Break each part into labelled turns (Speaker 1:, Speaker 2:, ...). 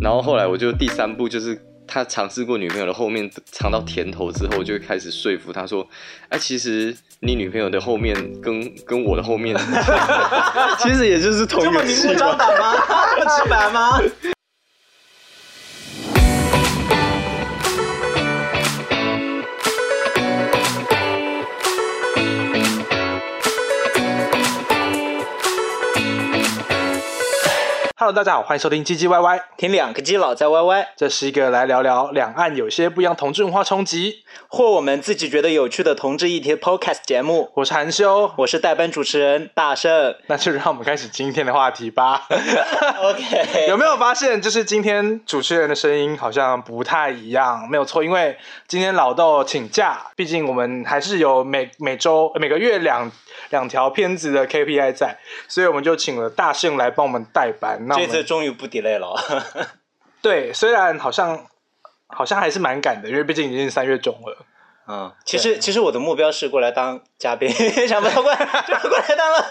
Speaker 1: 然后后来我就第三步就是他尝试过女朋友的后面尝到甜头之后，就会开始说服他说：“哎、其实你女朋友的后面跟 跟我的后面，其实也就是同一
Speaker 2: 这么
Speaker 1: 个
Speaker 2: 明
Speaker 1: 器
Speaker 2: 目
Speaker 1: 官
Speaker 2: 张。胆 吗？这么直白吗？
Speaker 3: Hello，大家好，欢迎收听唧唧歪歪，
Speaker 2: 听两个基佬在 YY
Speaker 3: 这是一个来聊聊两岸有些不一样同质文化冲击。
Speaker 2: 或我们自己觉得有趣的同志议题 Podcast 节目，
Speaker 3: 我是韩修，
Speaker 2: 我是代班主持人大圣。
Speaker 3: 那就让我们开始今天的话题吧。
Speaker 2: OK，
Speaker 3: 有没有发现，就是今天主持人的声音好像不太一样？没有错，因为今天老豆请假，毕竟我们还是有每每周呃每个月两两条片子的 KPI 在，所以我们就请了大圣来帮我们代班。那我
Speaker 2: 这
Speaker 3: 们
Speaker 2: 次终于不 delay 了，
Speaker 3: 对，虽然好像好像还是蛮赶的，因为毕竟已经是三月中了。啊
Speaker 2: 嗯，其实其实我的目标是过来当嘉宾， 想不到过来就过来当 了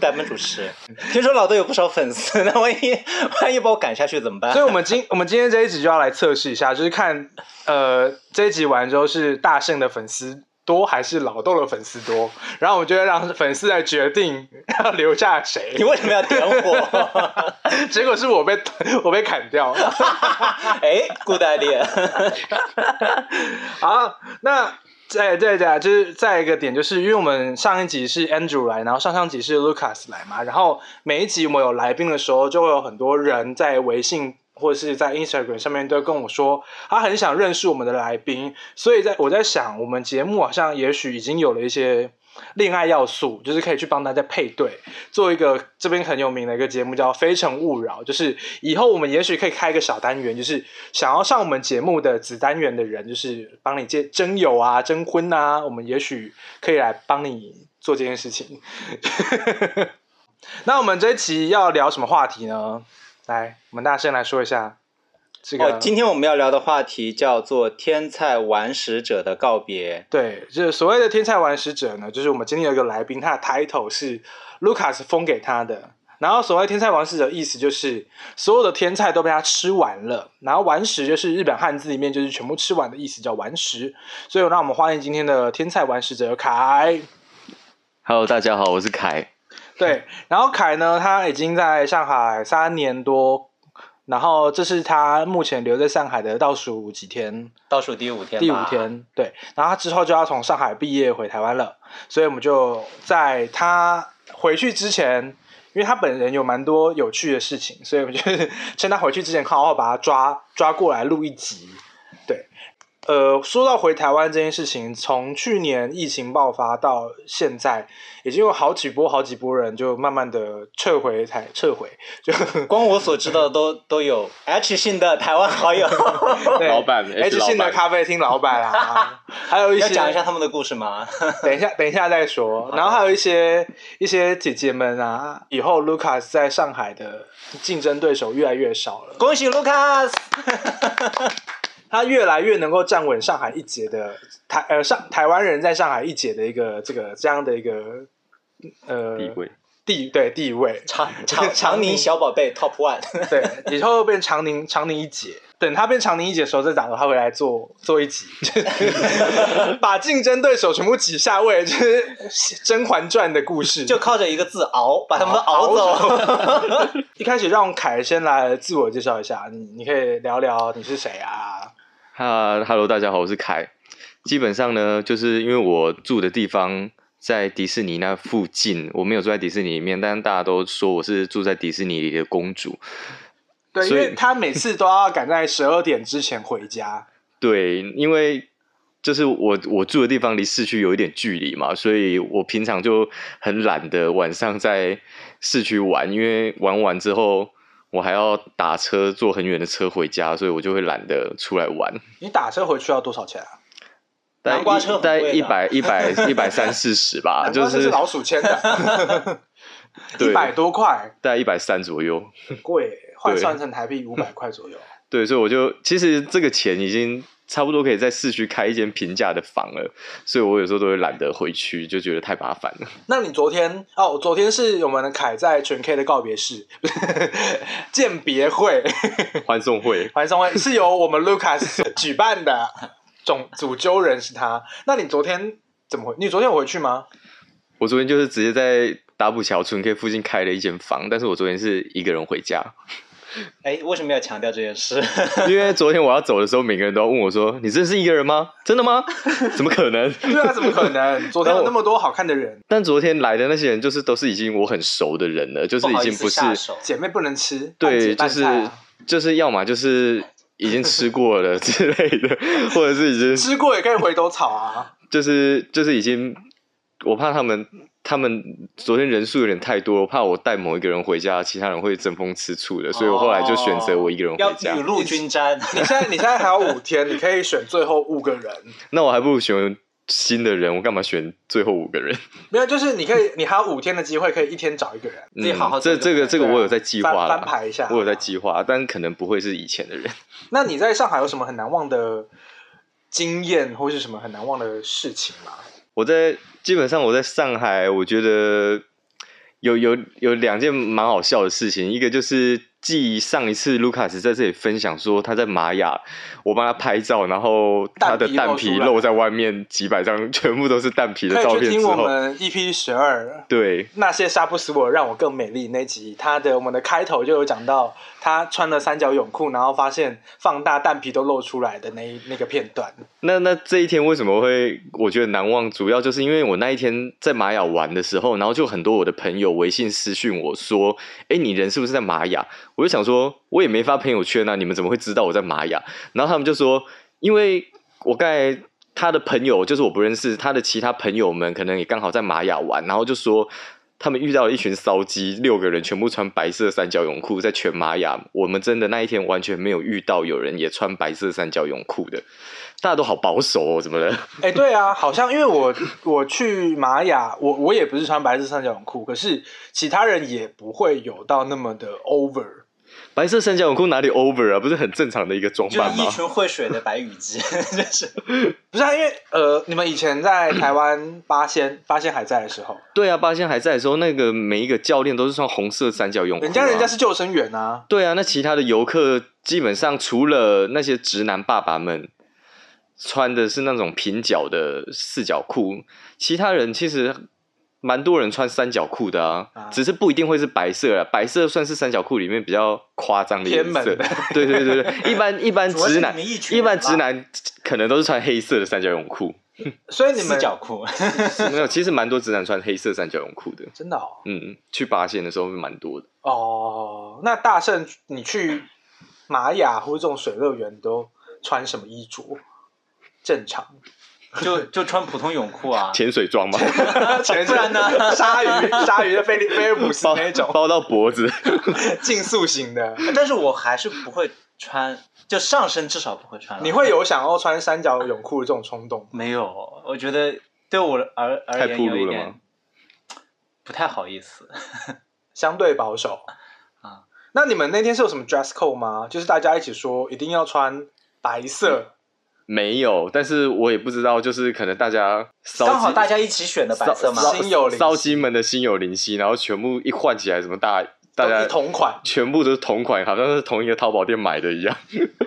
Speaker 2: 代班主持。听说老豆有不少粉丝， 那万一万一把我赶下去怎么办
Speaker 3: 所以，？我们今我们今天这一集就要来测试一下，就是看呃这一集完之后是大圣的粉丝多还是老豆的粉丝多，然后我们就会让粉丝来决定 要留下
Speaker 2: 你
Speaker 3: 谁。
Speaker 2: 为什么要点我？
Speaker 3: 结果是我被 我被砍掉。
Speaker 2: 哎，good idea，
Speaker 3: 好，那再再再啊就是再一个点，就是因为我们上一集是 Andrew 来，然后上上集是 Lucas 来嘛，然后每一集我们有来宾的时候，就会有很多人在微信。或者是在 Instagram 上面都跟我说，他很想认识我们的来宾，所以在我在想，我们节目好像也许已经有了一些恋爱要素，就是可以去帮大家配对，做一个这边很有名的一个节目叫《非诚勿扰》，就是以后我们也许可以开一个小单元，就是想要上我们节目的子单元的人，就是帮你接征友啊、征婚啊，我们也许可以来帮你做这件事情。 那我们这一期要聊什么话题呢？来，我们大声来说一下这个。
Speaker 2: 哦，今天我们要聊的话题叫做“天才玩食者的告别
Speaker 3: 对，就是所谓的天才玩食者呢，就是我们今天有一个来宾，他的 title 是 Lucas 封给他的。然后所谓天才玩食者，意思就是所有的天菜都被他吃完了。然后完食就是日本汉字里面就是全部吃完的意思，叫完食。所以让我们欢迎今天的天菜玩食者凯。
Speaker 1: Hello，大家好，我是凯。
Speaker 3: 对，然后凯呢，他已经在上海三年多，然后这是他目前留在上海的倒数几天。”，
Speaker 2: 倒数第五天吧，
Speaker 3: 第五天，对，然后他之后就要从上海毕业回台湾了，所以我们就在他回去之前，因为他本人有蛮多有趣的事情，所以我们就是 趁他回去之前，好好把他抓抓过来录一集。对，呃，说到回台湾这件事情，从去年疫情爆发到现在，已经有好几波好几波人就慢慢的撤回台撤回，就
Speaker 2: 光我所知道的都都有 H 姓的台湾好友，
Speaker 3: 对
Speaker 1: 老板 H
Speaker 3: H 信
Speaker 1: 老
Speaker 3: 的
Speaker 1: 板
Speaker 3: 咖啡厅老板啊，还有一
Speaker 2: 要
Speaker 3: 些
Speaker 2: 讲一下他们的故事吗？
Speaker 3: 等一下，等一下再说。然后还有一些一些姐姐们啊，以后 Lucas 在上海的竞争对手越来越少了，
Speaker 2: 恭喜 Lucas，
Speaker 3: 他越来越能够站稳上海一姐的台呃上台湾人在上海一姐的一个这个这样的一个呃
Speaker 1: 地位，
Speaker 3: 地对地位。
Speaker 2: 长 长长宁小宝贝 Top One，
Speaker 3: 对，以后变长宁长宁一姐，等她变长宁一姐的时候，再找她回来做做 一集，把竞争对手全部挤下位，就是《甄嬛传》的故事，
Speaker 2: 就靠着一个字熬，把他们熬 走。
Speaker 3: 一开始让凯先来自我介绍一下，你你可以聊聊你是谁啊？
Speaker 1: 哈，Hello，大家好，我是凯。基本上呢，就是因为我住的地方在迪士尼那附近，我没有住在迪士尼里面，但大家都说我是住在迪士尼里的公主。
Speaker 3: 对，因
Speaker 1: 所以
Speaker 3: 为他每次都要赶在十二点之前回家。
Speaker 1: 对，因为就是我我住的地方离市区有一点距离嘛，所以我平常就很懒得晚上在市区玩，因为玩完之后我还要打车坐很远的车回家，所以我就会懒得出来玩。
Speaker 3: 你打车回去要多少钱啊？
Speaker 1: 大概
Speaker 2: 南瓜
Speaker 1: 一
Speaker 2: 车很
Speaker 1: 大概
Speaker 2: 贵
Speaker 1: 一
Speaker 2: 的
Speaker 1: 百一百 一百三四十吧，
Speaker 3: 难
Speaker 1: 啊就
Speaker 3: 怪这是
Speaker 1: 是
Speaker 3: 老鼠签的，
Speaker 1: 对
Speaker 3: 一百多块，
Speaker 1: 大概一百三左右。
Speaker 3: 很贵，换算成台币五百块左右。
Speaker 1: 对，所以我就其实这个钱已经差不多可以在市区开一间平价的房了，所以我有时候都会懒得回去，就觉得太麻烦了。
Speaker 3: 那你昨天哦，昨天是我们的凯在全 K 的告别式， 不是鉴别会，
Speaker 1: 欢送会，
Speaker 3: 欢送会是由我们 Lucas 举办的，总主揪人是他。那你昨天怎么回？你昨天有回去吗？
Speaker 1: 我昨天就是直接在达普桥村 K 附近开了一间房，但是我昨天是一个人回家，
Speaker 2: 哎，为什么要强调这 件事？
Speaker 1: 因为昨天我要走的时候，每个人都要问我说：“你真是一个人吗？真的吗？ 怎么可能？”
Speaker 3: 对啊，怎么可 能？昨天有那么多好看的人，
Speaker 1: 但昨天来的那些人，就是都是已经我很熟的人了，就是
Speaker 2: 不
Speaker 1: 已
Speaker 2: 好意
Speaker 1: 经
Speaker 2: 思
Speaker 1: 不是
Speaker 2: 下手
Speaker 3: 姐妹不能吃，半
Speaker 1: 对，
Speaker 3: 姐
Speaker 1: 就
Speaker 3: 半
Speaker 1: 是
Speaker 3: 菜啊
Speaker 1: 就是要么就是已经吃过了之类的，或者是已经
Speaker 3: 吃过也可以回头草 啊。
Speaker 1: 就是就是已经，我怕他们他们昨天人数有点太多，我怕我带某一个人回家，其他人会争风吃醋的，所以我后来就选择我一个人
Speaker 2: 哦要
Speaker 1: 回家。
Speaker 2: 雨露 均沾。
Speaker 3: 你现在你现在还有五天，你可以选最后五个人。
Speaker 1: 那我还不如选新的人，我干嘛选最后五个人？
Speaker 3: 没有，就是你可以，你还有五天的机会，可以一天找一个人。
Speaker 2: 自己好好
Speaker 1: 这
Speaker 2: 做
Speaker 1: 这
Speaker 2: 一
Speaker 1: 个
Speaker 2: 个
Speaker 1: 嗯这个
Speaker 3: 对啊
Speaker 1: 我有在计划
Speaker 3: 翻
Speaker 1: 了，
Speaker 3: 翻排一下
Speaker 2: 啊
Speaker 1: 我有在计划，但可能不会是以前的人。
Speaker 3: 那你在上海有什么很难忘的经验，或是什么很难忘的事情吗？
Speaker 1: 我在基本上我在上海，我觉得有有有两件蛮好笑的事情，一个就是继上一次卢卡斯在这里分享说他在玛雅，我帮他拍照，然后他的蛋
Speaker 3: 蛋皮
Speaker 1: 皮
Speaker 3: 露出来
Speaker 1: 露在外面几百张，全部都是蛋皮的
Speaker 3: 可
Speaker 1: 照
Speaker 3: 以去
Speaker 1: 片
Speaker 3: 听
Speaker 1: 之
Speaker 3: 我
Speaker 1: 后，
Speaker 3: 们 EP 十二
Speaker 1: 对
Speaker 3: 那些杀不死我让我更美丽那集，他的我们的开头就有讲到他穿了三角泳裤，然后发现放大蛋皮都露出来的那一那个片 段。
Speaker 1: 那那这一天为什么会我觉得难忘？主要就是因为我那一天在玛雅玩的时候，然后就很多我的朋友微信私讯我说：“哎，你人是不是在玛雅？”我就想说，我也没发朋友圈啊，你们怎么会知道我在玛雅？然后他们就说，因为我刚才他的朋友就是我不认识，他的其他朋友们可能也刚好在玛雅玩，然后就说。他们遇到了一群骚鸡，六个人全部穿白色三角泳裤，在全玛雅。我们真的那一天完全没有遇到有人也穿白色三角泳裤的。大家都好保守哦，怎么了？
Speaker 3: 哎、对啊，好像因为我我去玛雅，我我也不是穿白色三角泳裤，可是其他人也不会有到那么的 over。
Speaker 1: 白色三角泳裤哪里 over 啊？不是很正常的一个装
Speaker 2: 就是
Speaker 1: 扮吗
Speaker 2: 一？群会水的白羽鸡， 真是
Speaker 3: 不是、啊、因为呃，你们以前在台湾八仙八仙还在的时候，
Speaker 1: 对啊，八仙还在的时候，那个每一个教练都是穿红色三角泳裤、啊。
Speaker 3: 人家人家是救生员啊，
Speaker 1: 对啊，那其他的游客基本上除了那些直男爸爸们穿的是那种平角的四角裤，其他人其实蛮多人穿三角裤的啊，
Speaker 3: 啊
Speaker 1: 只是不一定会是白色啊，白色算是三角裤里面比较夸张的颜
Speaker 3: 偏门
Speaker 1: 色
Speaker 3: 的。
Speaker 1: 对对对对，一般一般
Speaker 2: 主要是
Speaker 1: 直男
Speaker 2: 你们一群
Speaker 1: 一般
Speaker 2: 人吧
Speaker 1: 直男可能都是穿黑色的三角泳裤，
Speaker 3: 所以你
Speaker 2: 四
Speaker 3: 们
Speaker 2: 角裤。
Speaker 1: 没有，其实蛮多直男穿黑色三角泳裤的。
Speaker 3: 真的哦
Speaker 1: 嗯，去八仙的时候会蛮多的。
Speaker 3: 哦，那大圣你去玛雅或者这种水乐园你都穿什么衣着？正 常，
Speaker 2: 就就穿普通泳裤啊，
Speaker 1: 潜水装吗？
Speaker 3: 不然呢？ 哦鲨鱼鲨鱼的菲利菲尔普斯
Speaker 1: 包
Speaker 3: 那种
Speaker 1: 包到脖子。
Speaker 3: 竞速型的。
Speaker 2: 但是我还是不会穿，就上身至少不会穿了。
Speaker 3: 你会有想要穿三角泳裤的这种冲动吗？
Speaker 2: 没有？我觉得对我而而
Speaker 1: 太
Speaker 2: 言
Speaker 1: 暴
Speaker 2: 有
Speaker 1: 露
Speaker 2: 一
Speaker 1: 了
Speaker 2: 点
Speaker 1: 吗
Speaker 2: 不太好意思。
Speaker 3: 相对保守
Speaker 2: 啊。
Speaker 3: 那你们那天是有什么 dress code 吗？就是大家一起说一定要穿白色，
Speaker 1: 没有，但是我也不知道，就是可能大家骚
Speaker 2: 刚好
Speaker 1: 鸡
Speaker 2: 大家一起选的白色嘛，
Speaker 1: 骚
Speaker 3: 心有灵
Speaker 1: 骚
Speaker 3: 犀，
Speaker 1: 鸡们的心有灵犀，然后全部一换起来，什么大大
Speaker 3: 都
Speaker 1: 家
Speaker 3: 一同款。
Speaker 1: 全部都是同款，好像是同一个淘宝店买的一样。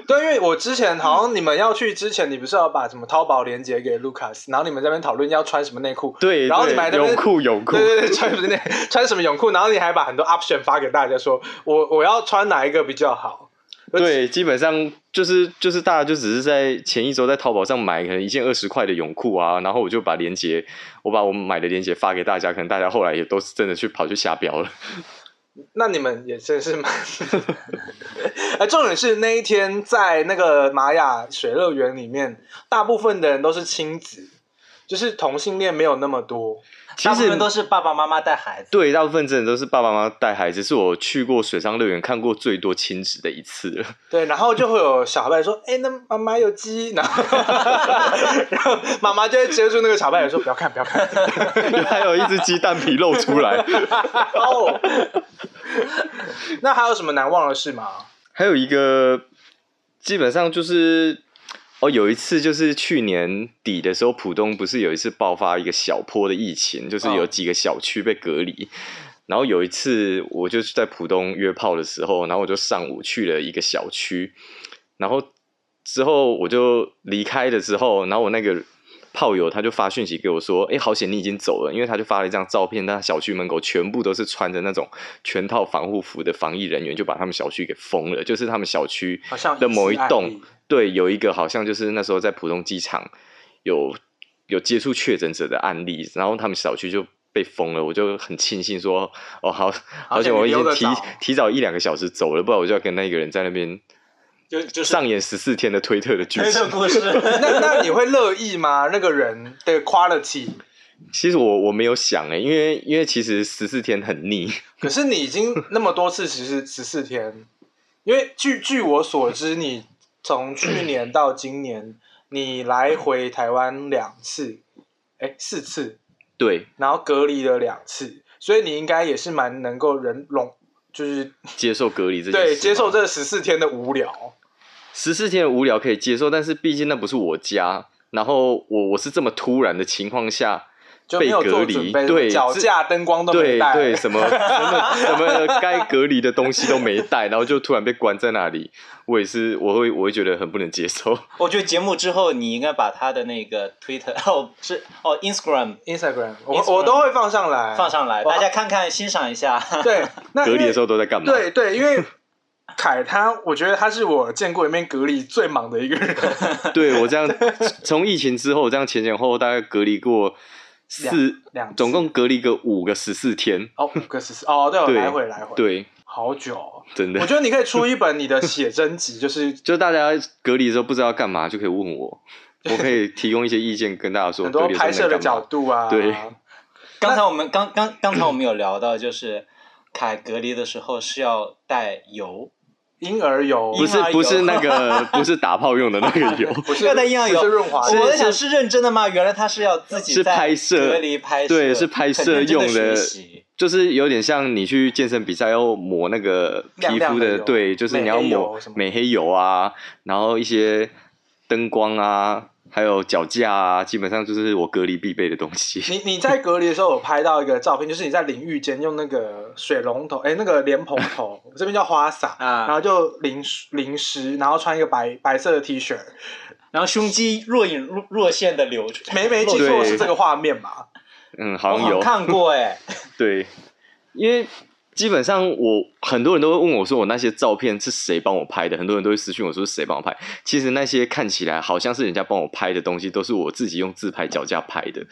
Speaker 3: 对，因为我之前好像你们要去之前，你不是要把什么淘宝链接给 Lucas，然后你们在那边讨论要穿什么内裤。
Speaker 1: 对，
Speaker 3: 然后
Speaker 1: 对
Speaker 3: 你买的
Speaker 1: 泳裤泳裤
Speaker 3: 对，对对， 穿什么内穿什么泳裤，然后你还把很多 option 发给大家说，我我要穿哪一个比较好？
Speaker 1: 对，基本上就是就是大家就只是在前一周在淘宝上买可能一件二十块的泳裤啊，然后我就把链接，我把我买的链接发给大家，可能大家后来也都是真的去跑去下标了。
Speaker 3: 那你们也真是蛮…… 哎，重点是那一天在那个玛雅水乐园里面，大部分的人都是亲子，就是同性恋没有那么多。
Speaker 1: 其
Speaker 2: 大部
Speaker 1: 实
Speaker 2: 分都是爸爸妈妈带孩子。
Speaker 1: 对，大部分真的都是爸爸妈妈带孩子，是我去过水上乐园看过最多亲子的一次了。
Speaker 3: 对，然后就会有小孩说：“哎、那妈妈有鸡。”然后， 然后妈妈就会接住那个小白脸说：“不要看，不要看。
Speaker 1: 还有一只鸡蛋皮露出来。”
Speaker 3: 哦，那还有什么难忘的事吗？
Speaker 1: 还有一个，基本上就是哦，有一次就是去年底的时候，浦东不是有一次爆发一个小坡的疫情，就是有几个小区被隔离。然后有一次，我就是在浦东约炮的时候，然后我就上午去了一个小区，然后之后我就离开了之后，然后我那个炮友他就发讯息给我说：“哎，好险你已经走了，因为他就发了一张照片，他小区门口全部都是穿着那种全套防护服的防疫人员，就把他们小区给封了，就是他们小区
Speaker 3: 好像
Speaker 1: 的某一
Speaker 3: 疑似案
Speaker 1: 栋
Speaker 3: 例，
Speaker 1: 对，有一个好像就是那时候在浦东机场有有接触确诊者的案例，然后他们小区就被封了，我就很庆幸说，哦，好，好险
Speaker 3: 险你
Speaker 1: 我已经
Speaker 3: 溜得
Speaker 1: 提
Speaker 3: 早
Speaker 1: 提早一两个小时走了，不然我就要跟那个人在那边
Speaker 2: 就就是
Speaker 1: 上演十四天的推特的剧
Speaker 2: 推
Speaker 1: 情
Speaker 2: 特。故事，
Speaker 3: 那那你会乐意吗？那个人的 quality，
Speaker 1: 其实我我没有想哎、因为因为其实十四天很腻，
Speaker 3: 可是你已经那么多次，其实十四天，因为据据我所知，你从去年到今年，你来回台湾两次，哎，四次，
Speaker 1: 对，
Speaker 3: 然后隔离了两次，所以你应该也是蛮能够忍容，就是
Speaker 1: 接受隔离这件事
Speaker 3: 对
Speaker 1: 嘛
Speaker 3: 接受这十四天的无聊。
Speaker 1: 十四天的无聊可以接受，但是毕竟那不是我家，然后我我是这么突然的情况下。
Speaker 3: 就没有
Speaker 1: 被隔
Speaker 3: 做
Speaker 1: 离
Speaker 3: 准备，
Speaker 1: 对
Speaker 3: 脚
Speaker 1: 这
Speaker 3: 架、灯光都没
Speaker 1: 对
Speaker 3: 带，
Speaker 1: 对，什 么什么什么该隔离的东西都没带，然后就突然被关在那里，我也是，我会我会觉得很不能接 受。
Speaker 2: 我觉得节目之后你应该把他的那个 Twitter 哦是哦 Instagram
Speaker 3: Instagram，我
Speaker 2: Instagram
Speaker 3: 我都会放上来，
Speaker 2: 放上来，
Speaker 3: 哇
Speaker 2: 大家看看欣赏一下。
Speaker 3: 对，那
Speaker 1: 隔离的时
Speaker 3: 候，
Speaker 1: 候都在干嘛？
Speaker 3: 对对，因为凯他，我觉得他是我见过里面隔离最忙的一个人，
Speaker 1: 对，我这样从疫情之后，我这样前前后后大概隔离过四，
Speaker 3: 两次
Speaker 1: 总共隔离个五个十四天。
Speaker 3: 哦五个十四哦，对，我
Speaker 1: 对
Speaker 3: 来回来回，，
Speaker 1: 对，
Speaker 3: 好久哦。
Speaker 1: 真
Speaker 3: 我
Speaker 1: 的，
Speaker 3: 觉得你可以出一本你的写真集，就是
Speaker 1: 就大家隔离的时候不知道干嘛，就可以问我，我可以提供一些意见跟大家说
Speaker 3: 很
Speaker 1: 隔
Speaker 3: 多
Speaker 1: 离
Speaker 3: 拍
Speaker 1: 的时候
Speaker 3: 摄的
Speaker 1: 能干
Speaker 3: 角
Speaker 1: 嘛。
Speaker 3: 度啊，
Speaker 1: 对
Speaker 2: 刚才我们刚刚刚才我们有聊到，就是凯隔离的时候是要带油，
Speaker 3: 婴儿油
Speaker 1: 不是
Speaker 2: 婴儿油
Speaker 1: 不是那个不是打炮用的那个 油，
Speaker 3: 不是
Speaker 2: 要带婴儿油
Speaker 3: 不是润滑
Speaker 2: 我
Speaker 3: 剂，
Speaker 2: 在想是认真的吗？原来他是要自己
Speaker 1: 是
Speaker 2: 在
Speaker 1: 拍摄
Speaker 2: 隔离拍摄，
Speaker 1: 对是拍摄
Speaker 2: 很认真地
Speaker 1: 用的
Speaker 2: 学习
Speaker 1: 就是有点像你去健身比赛要抹那个皮肤
Speaker 3: 亮亮的油
Speaker 1: 对，就是你要
Speaker 3: 美黑油
Speaker 1: 抹
Speaker 3: 什么
Speaker 1: 美黑油啊，然后一些灯光啊，还有脚架啊，基本上就是我隔离必备的东西。
Speaker 3: 你你在隔离的时候，有拍到一个照片，就是你在淋浴间用那个水龙头，哎、那个莲蓬头，这边叫花洒，
Speaker 2: 啊
Speaker 3: 然后就淋湿淋湿，然后穿一个白白色的 T 恤，
Speaker 2: 然后胸肌若隐若若现的流出，
Speaker 3: 没没记错
Speaker 1: 对
Speaker 3: 是这个画面吧？
Speaker 1: 嗯，
Speaker 2: 我
Speaker 1: 好
Speaker 3: 哦
Speaker 1: 像
Speaker 2: 好
Speaker 1: 有
Speaker 2: 像看过 哎，
Speaker 1: 对，因为基本上我很多人都会问我说我那些照片是谁帮我拍的，很多人都会私讯我说是谁帮我拍。其实那些看起来好像是人家帮我拍的东西，都是我自己用自拍脚架拍的。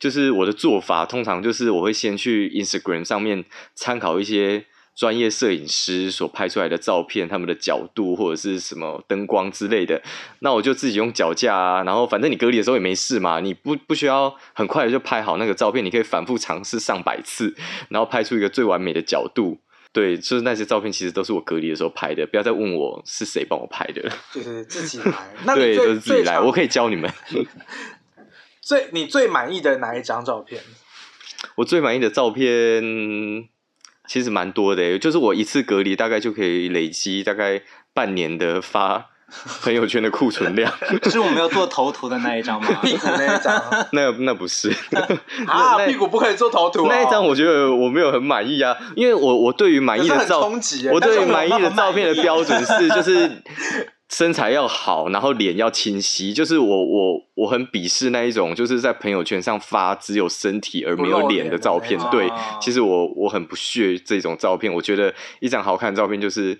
Speaker 1: 就是我的做法，通常就是我会先去 Instagram 上面参考一些专业摄影师所拍出来的照片，他们的角度或者是什么灯光之类的。那我就自己用脚架啊，然后反正你隔离的时候也没事嘛，你不不需要很快的就拍好那个照片，你可以反复尝试上百次，然后拍出一个最完美的角度。对，就是那些照片其实都是我隔离的时候拍的，不要再问我是谁帮我拍的了。
Speaker 3: 就是自己 来。那你
Speaker 1: 对，
Speaker 3: 最
Speaker 1: 都是自己
Speaker 3: 最
Speaker 1: 来，
Speaker 3: 常
Speaker 1: 我可以教你们。
Speaker 3: 最你最满意的哪一张照片？
Speaker 1: 我最满意的照片其实蛮多的耶，就是我一次隔离大概就可以累积大概半年的发朋友圈的库存量。
Speaker 2: 是我们要做头图的那一张吗？
Speaker 3: 屁股那一张
Speaker 1: 那那不是
Speaker 3: 啊，
Speaker 1: 那
Speaker 3: 屁股不可以做头图、哦，
Speaker 1: 那一张，我觉得我没有很满意啊，因为我我对于满意
Speaker 3: 可是
Speaker 1: 的
Speaker 3: 很
Speaker 1: 照，
Speaker 3: 冲击耶
Speaker 1: 我
Speaker 3: 但是
Speaker 1: 对于
Speaker 3: 我
Speaker 1: 满
Speaker 3: 们
Speaker 1: 意
Speaker 2: 很
Speaker 1: 的
Speaker 2: 满
Speaker 1: 照片的
Speaker 2: 意
Speaker 1: 标准是就是身材要好，然后脸要清晰，就是我我我很鄙视那一种就是在朋友圈上发只有身体而没
Speaker 3: 不
Speaker 1: 有
Speaker 3: 露
Speaker 1: 脸
Speaker 3: 脸
Speaker 1: 的
Speaker 3: 的
Speaker 1: 照
Speaker 3: 那啊
Speaker 1: 片
Speaker 2: 种，
Speaker 1: 对
Speaker 2: 哦，
Speaker 1: 其实我我很不屑这种照片，我觉得一张好看的照片就是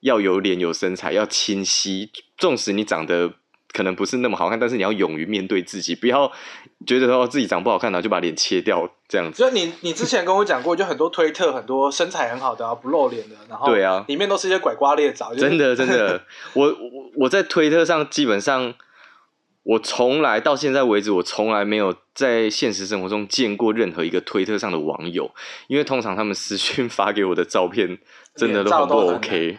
Speaker 1: 要有脸有身材，要清晰，纵使你长得。可能不是那么好看，但是你要勇于面对自己，不要觉得说自己长不好看，然后就把脸切掉这样子。
Speaker 3: 就你你之前跟我讲过，就很多推特，很多身材很好的、啊、不露脸的，然后
Speaker 1: 对啊
Speaker 3: 里面都是一些拐瓜裂枣，就是
Speaker 1: 真的真的，我我我在推特上基本上，我从来到现在为止，我从来没有在现实生活中见过任何一个推特上的网友，因为通常他们私讯 发给我的照片真的
Speaker 3: 脸
Speaker 1: 都
Speaker 3: 照
Speaker 1: 很不
Speaker 3: 都很
Speaker 1: OK。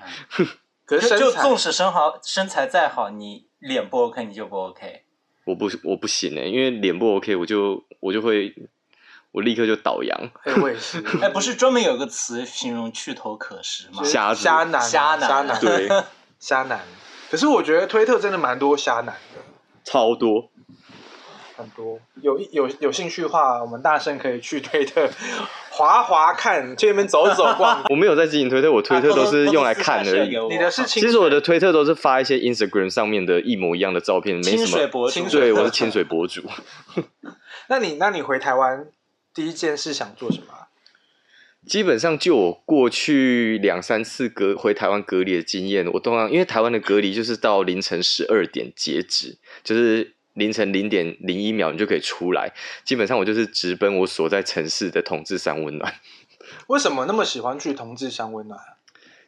Speaker 3: 可
Speaker 2: 就
Speaker 3: 是
Speaker 2: 就
Speaker 3: 身材
Speaker 2: 纵使身好身材再好，你脸不 OK 你就不 OK。
Speaker 1: 我不我不行哎、因为脸不 OK，我就我就会我立刻就倒羊。
Speaker 3: 哎，我也是。
Speaker 2: 哎，不是专门有个词形容去头可食吗
Speaker 3: 就？是
Speaker 1: 瞎子
Speaker 3: 瞎男啊，
Speaker 2: 瞎
Speaker 3: 瞎
Speaker 2: 男
Speaker 3: 男，
Speaker 1: 对，
Speaker 3: 瞎男。可是我觉得推特真的蛮多虾男的，
Speaker 1: 超多。
Speaker 3: 很多有有有兴趣的话，我们大圣可以去推特 滑滑看，去那边走走 逛。
Speaker 1: 我没有在经营推特，我推特都是用来看而已。
Speaker 3: 你的是清
Speaker 1: 其实我的推特都是发一些 Instagram 上面的一模一样的照片，没
Speaker 2: 清
Speaker 1: 什
Speaker 2: 水
Speaker 1: 么。
Speaker 2: 博主
Speaker 3: 清，水
Speaker 1: 对，我是清水博主。
Speaker 3: 那你那你回台湾第一件事想做什么啊？
Speaker 1: 基本上就我过去两三次隔回台湾隔离的经验，我通常因为台湾的隔离就是到凌晨十二点截止，就是凌晨零点零一秒你就可以出来。基本上我就是直奔我所在城市的同志山温暖，
Speaker 3: 为什么那么喜欢去同志山温暖？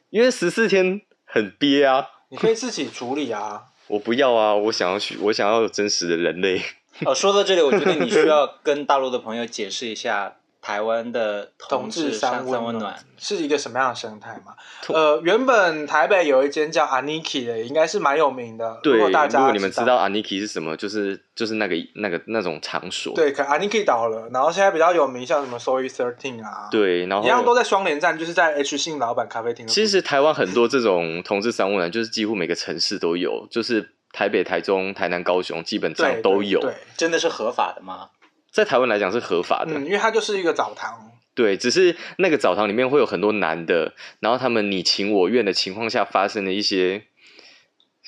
Speaker 1: 因为十四天很憋啊，
Speaker 3: 你可以自己处 理啊。
Speaker 1: 我不要啊，我想要去，我想要有真实的人类。
Speaker 2: 哦，说到这里，我觉得 你需要跟大陆的朋友解释一下台湾的
Speaker 3: 同
Speaker 2: 志
Speaker 3: 志
Speaker 2: 山
Speaker 3: 山
Speaker 2: 温
Speaker 3: 温暖
Speaker 2: 暖。
Speaker 3: 是一个什么样的生态嘛？
Speaker 1: 同
Speaker 3: 呃，原本台北有一间叫 Aniki 的，应该是蛮有名的。
Speaker 1: 对，
Speaker 3: 如
Speaker 1: 如
Speaker 3: 果大家
Speaker 1: 你们知道 Aniki 是什么，就是就是那个那个那种场所。
Speaker 3: 对，可 Aniki 倒了，然后现在比较有名，像什么 Soy Thirteen 啊，，
Speaker 1: 对，然后
Speaker 3: 一样都在双连站，就是在 H 姓老板咖啡厅的附
Speaker 1: 其
Speaker 3: 近。
Speaker 1: 实台湾很多这种同志商务男，就是几乎每个城市都有，就是台北、台中、台南、高雄基本
Speaker 3: 对
Speaker 1: 上都有。
Speaker 3: 对，对
Speaker 2: 真的是合法的吗？
Speaker 1: 在台湾来讲是合法的，
Speaker 3: 嗯，因为它就是一个澡堂，
Speaker 1: 对，只是那个澡堂里面会有很多男的，然后他们你情我愿的情况下发生的一些。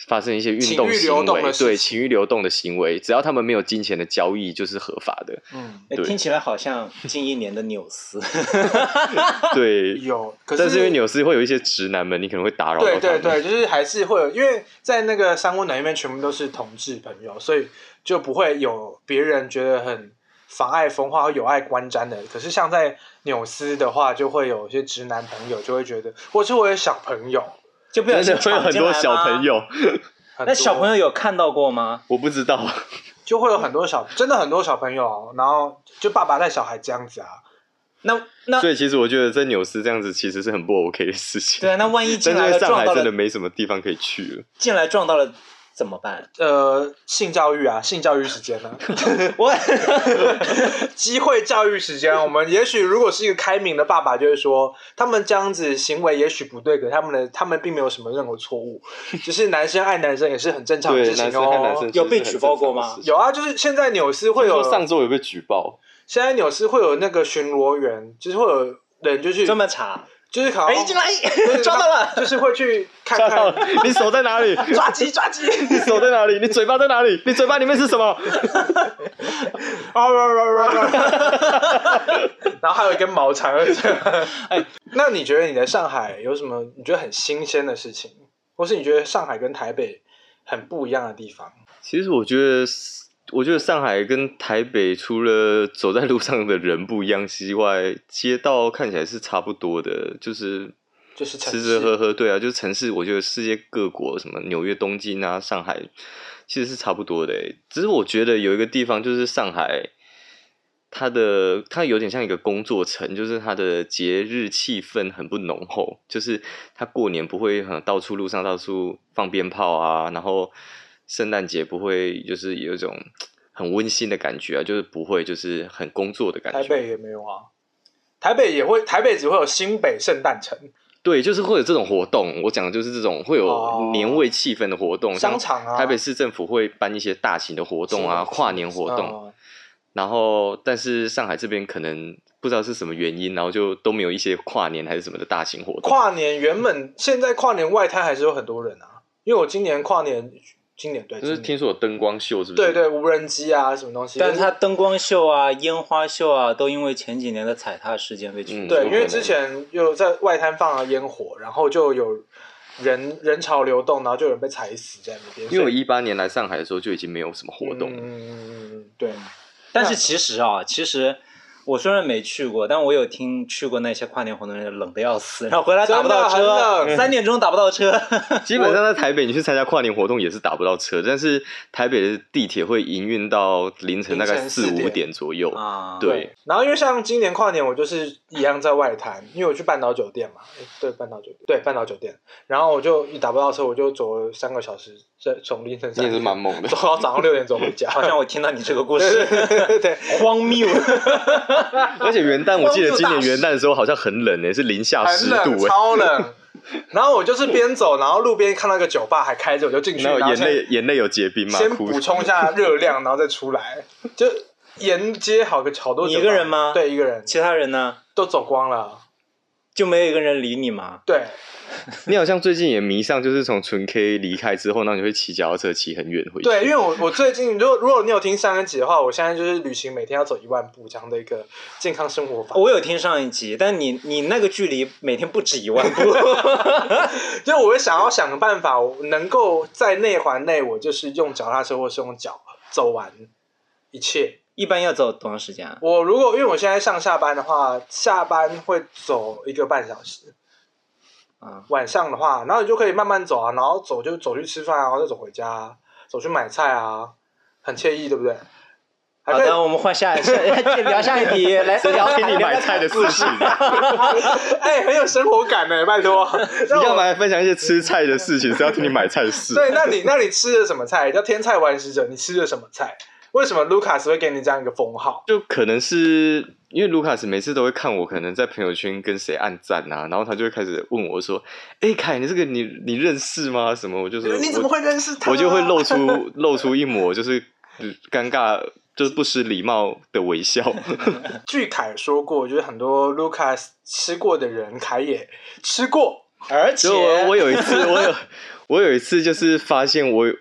Speaker 1: 发生一些运动
Speaker 3: 情欲流
Speaker 1: 行
Speaker 3: 动
Speaker 1: 为
Speaker 3: 的，事
Speaker 1: 对
Speaker 3: 情
Speaker 1: 情欲流动的行为，只要他们没有金钱的交易，就是合法 的。
Speaker 3: 嗯，
Speaker 2: 哎
Speaker 1: 对
Speaker 2: 听起来好像近一年的纽斯。
Speaker 1: 对，
Speaker 3: 有。可
Speaker 1: 但是因为纽斯会有一些直男们，你可能会打扰到他
Speaker 3: 对
Speaker 1: 们。
Speaker 3: 对对，就是还是会有，因为在那个三温暖那边全部都是同志朋友，所以就不会有别人觉得很妨碍风化或有碍观瞻的。可是像在纽斯的话，就会有一些直男朋友就会觉得，或是我有小朋友，
Speaker 2: 就不小
Speaker 1: 真
Speaker 2: 心
Speaker 1: 的 会有很多小朋。友，
Speaker 3: 很
Speaker 2: 那小朋
Speaker 3: 友
Speaker 2: 友有看到过吗？
Speaker 1: 我不知道。
Speaker 3: 就会有很多小，真的很多小朋友，哦然后就爸爸带小孩这样子啊。
Speaker 2: 那那
Speaker 1: 所以其实我觉得在纽斯这样子其实是很不 OK 的事情。
Speaker 2: 对啊，那万一 进
Speaker 1: 但是
Speaker 2: 来
Speaker 1: 因为
Speaker 2: 了
Speaker 1: 上
Speaker 2: 撞
Speaker 1: 海
Speaker 2: 到
Speaker 1: 真的
Speaker 2: 了，
Speaker 1: 没什么地方可以去了。
Speaker 2: 进来撞到了怎么办？
Speaker 3: 呃，性教育啊，性教育时间呢、
Speaker 2: 我
Speaker 3: 机会教育时间，我们也许如果是一个开明的爸爸，就会说他们这样子行为也许不对，可他们的他们并没有什么任何 错误，只是男生爱男生也是很正常的
Speaker 1: 对，
Speaker 3: 事
Speaker 1: 男
Speaker 3: 情
Speaker 1: 生和男生
Speaker 3: 哦。
Speaker 2: 有被举报过吗
Speaker 1: 有，
Speaker 3: 有啊，就是现在纽斯会有，
Speaker 1: 说上周有被举报，
Speaker 3: 现在纽斯会有那个巡逻员，就是会有人就去，
Speaker 2: 专门查，
Speaker 3: 就是考，
Speaker 2: 哎，进来
Speaker 3: 就是
Speaker 2: 撞到了，
Speaker 3: 就是会去看
Speaker 1: 抓到
Speaker 3: 看
Speaker 1: 了，你手在哪里？
Speaker 2: 抓鸡抓 鸡，
Speaker 1: 你手在哪里？你嘴巴在哪里？你嘴巴里面是什 么？
Speaker 3: 啊哇哇哇哇！然后还有一根毛长而且， 哎， 那你觉得你在上海有什么你觉得很新鲜的事情，或是你觉得上海跟台北很不一样的地方？
Speaker 1: 其实我觉得是，我觉得上海跟台北除了走在路上的人不一样之外，街道看起来是差不多的，就是
Speaker 3: 就是城
Speaker 1: 吃吃
Speaker 3: 市
Speaker 1: 喝喝，对啊，就是城市，我觉得世界各国什么纽约、东京啊、上海，其实是差不多的欸。只是我觉得有一个地方就是上海，它的它有点像一个工作城，就是它的节日气氛很不浓厚，就是它过年不会很到处路上到处放鞭炮啊，然后圣诞节不会就是有一种很温馨的感觉啊，就是不会就是很工作的感
Speaker 3: 台
Speaker 1: 觉。
Speaker 3: 北也没有啊，台北也会，台北只会有新北圣诞城、
Speaker 1: 对，就是会有这种活动，我讲的就是这种会有
Speaker 3: 哦
Speaker 1: 年味气氛的活动，像
Speaker 3: 商场啊，
Speaker 1: 台北市政府会办一些大型的活动啊，
Speaker 3: 是的
Speaker 1: 跨年活动。
Speaker 3: 嗯
Speaker 1: 然后，但是上海这边可能不知道是什么原因，然后就都没有一些跨年还是什么的大型活动。
Speaker 3: 跨年原本现在跨年外滩还是有很多人啊，因为我今年跨年，今年对，
Speaker 1: 就是
Speaker 3: 今年
Speaker 1: 听说有灯光秀，是不
Speaker 3: 对
Speaker 1: 是？
Speaker 3: 对无人机啊什么东西，
Speaker 2: 但是它灯光秀啊、烟花秀啊，都因为前几年的踩踏事件被取
Speaker 1: 嗯
Speaker 2: 消。
Speaker 1: 有
Speaker 3: 对，因
Speaker 1: 可
Speaker 3: 为
Speaker 1: 能
Speaker 3: 之前又在外滩放了烟火，然后就有人人潮流动，然后就有人被踩死在那边。
Speaker 1: 因为我
Speaker 3: 所以
Speaker 1: 一八年来上海的时候就已经没有什么活动
Speaker 3: 嗯
Speaker 1: 了。
Speaker 3: 嗯嗯，对，
Speaker 2: 但是其实啊，其实我虽然没去过，但我有听去过那些跨年活动，冷的要死，然后回来打不到
Speaker 3: 真的很
Speaker 2: 车，
Speaker 3: 冷
Speaker 2: 三点钟打不到 车。
Speaker 1: 基本上在台北，你去参加跨年活动也是打不到车，但是台北的地铁会营运到凌晨大
Speaker 3: 凌
Speaker 1: 概
Speaker 3: 晨
Speaker 1: 四
Speaker 3: 4
Speaker 1: 五
Speaker 3: 点
Speaker 1: 点左右。
Speaker 2: 啊，
Speaker 1: 对
Speaker 3: 然后因为像今年跨年，我就是一样在外滩，因为我去半岛酒店嘛，诶对，半岛酒店，对，半岛酒店。然后我就一打不到车，我就走了三个小时，这从凌晨
Speaker 1: 你
Speaker 3: 三
Speaker 1: 也
Speaker 3: 点
Speaker 1: 是蛮猛的
Speaker 3: 走，到早上六点钟回 家。
Speaker 2: 好像我听到你这个故
Speaker 3: 对
Speaker 2: 事，
Speaker 3: 对对对，
Speaker 2: 荒谬。
Speaker 1: 而且元旦，我记得今年
Speaker 2: 光复大使
Speaker 1: 元旦的时候好像很冷诶、是零下十
Speaker 3: 很
Speaker 1: 度欸
Speaker 3: 冷，
Speaker 1: 诶、
Speaker 3: 超冷。然后我就是边走，然后路边看到一个酒吧还开着，我就进去，
Speaker 1: 然后
Speaker 3: 然后
Speaker 1: 眼
Speaker 3: 先
Speaker 1: 泪眼泪有结冰嘛，
Speaker 3: 先
Speaker 1: 哭
Speaker 3: 补充一下热量，然后再出来，就沿街好个好多酒吧。
Speaker 2: 你一个人吗
Speaker 3: 对，一个人
Speaker 2: 其他人呢
Speaker 3: 都走光了。
Speaker 2: 就没有一个人理你吗？
Speaker 3: 对，
Speaker 1: 你好像最近也迷上，就是从纯 K 离开之后，那你会骑脚踏车骑很远回去。
Speaker 3: 对，因为我我最近，如果如果你有听上一集的话，我现在就是旅行，每天要走一万步这样的一个健康生活法。
Speaker 2: 我有听上一集，但你你那个距离每天不止一万步，
Speaker 3: 就我会想要想个办法，我能够在内环内，我就是用脚踏车或是用脚走完一切。
Speaker 2: 一般要走多长时间啊？
Speaker 3: 我如果因为我现在上下班的话，下班会走一个半小时，
Speaker 2: 啊，
Speaker 3: 晚上的话，然后你就可以慢慢走啊，然后走就走去吃饭啊，然后再走回家、啊，走去买菜啊，很惬意，对不对？还
Speaker 2: 好
Speaker 3: 可以
Speaker 2: 的，我们换下 下聊下一题，来
Speaker 1: 这
Speaker 2: 聊
Speaker 1: 聊 听你买菜的事情，
Speaker 3: 哎、很有生活感呢，拜托。
Speaker 1: 你干嘛还分享一些吃菜的事情？是要听你买菜的事？
Speaker 3: 对，那你那你吃的什么菜？叫天菜完食者，你吃的什么菜？为什么 Lucas 会给你这样一个封号？
Speaker 1: 就可能是因为卢卡斯每次都会看我，可能在朋友圈跟谁暗赞啊，然后他就会开始问我说：“哎、凯，你这个你你认识吗？什么？”我就说：“
Speaker 3: 你怎么会认识他？
Speaker 1: 我？”我就会露出露出一抹就是呃尴尬，就是不失礼貌的微笑。
Speaker 3: 据凯说过，就是很多 Lucas 吃过的人，凯也吃过。
Speaker 2: 而且
Speaker 1: 所以我我有一次，我有我有一次就是发现我有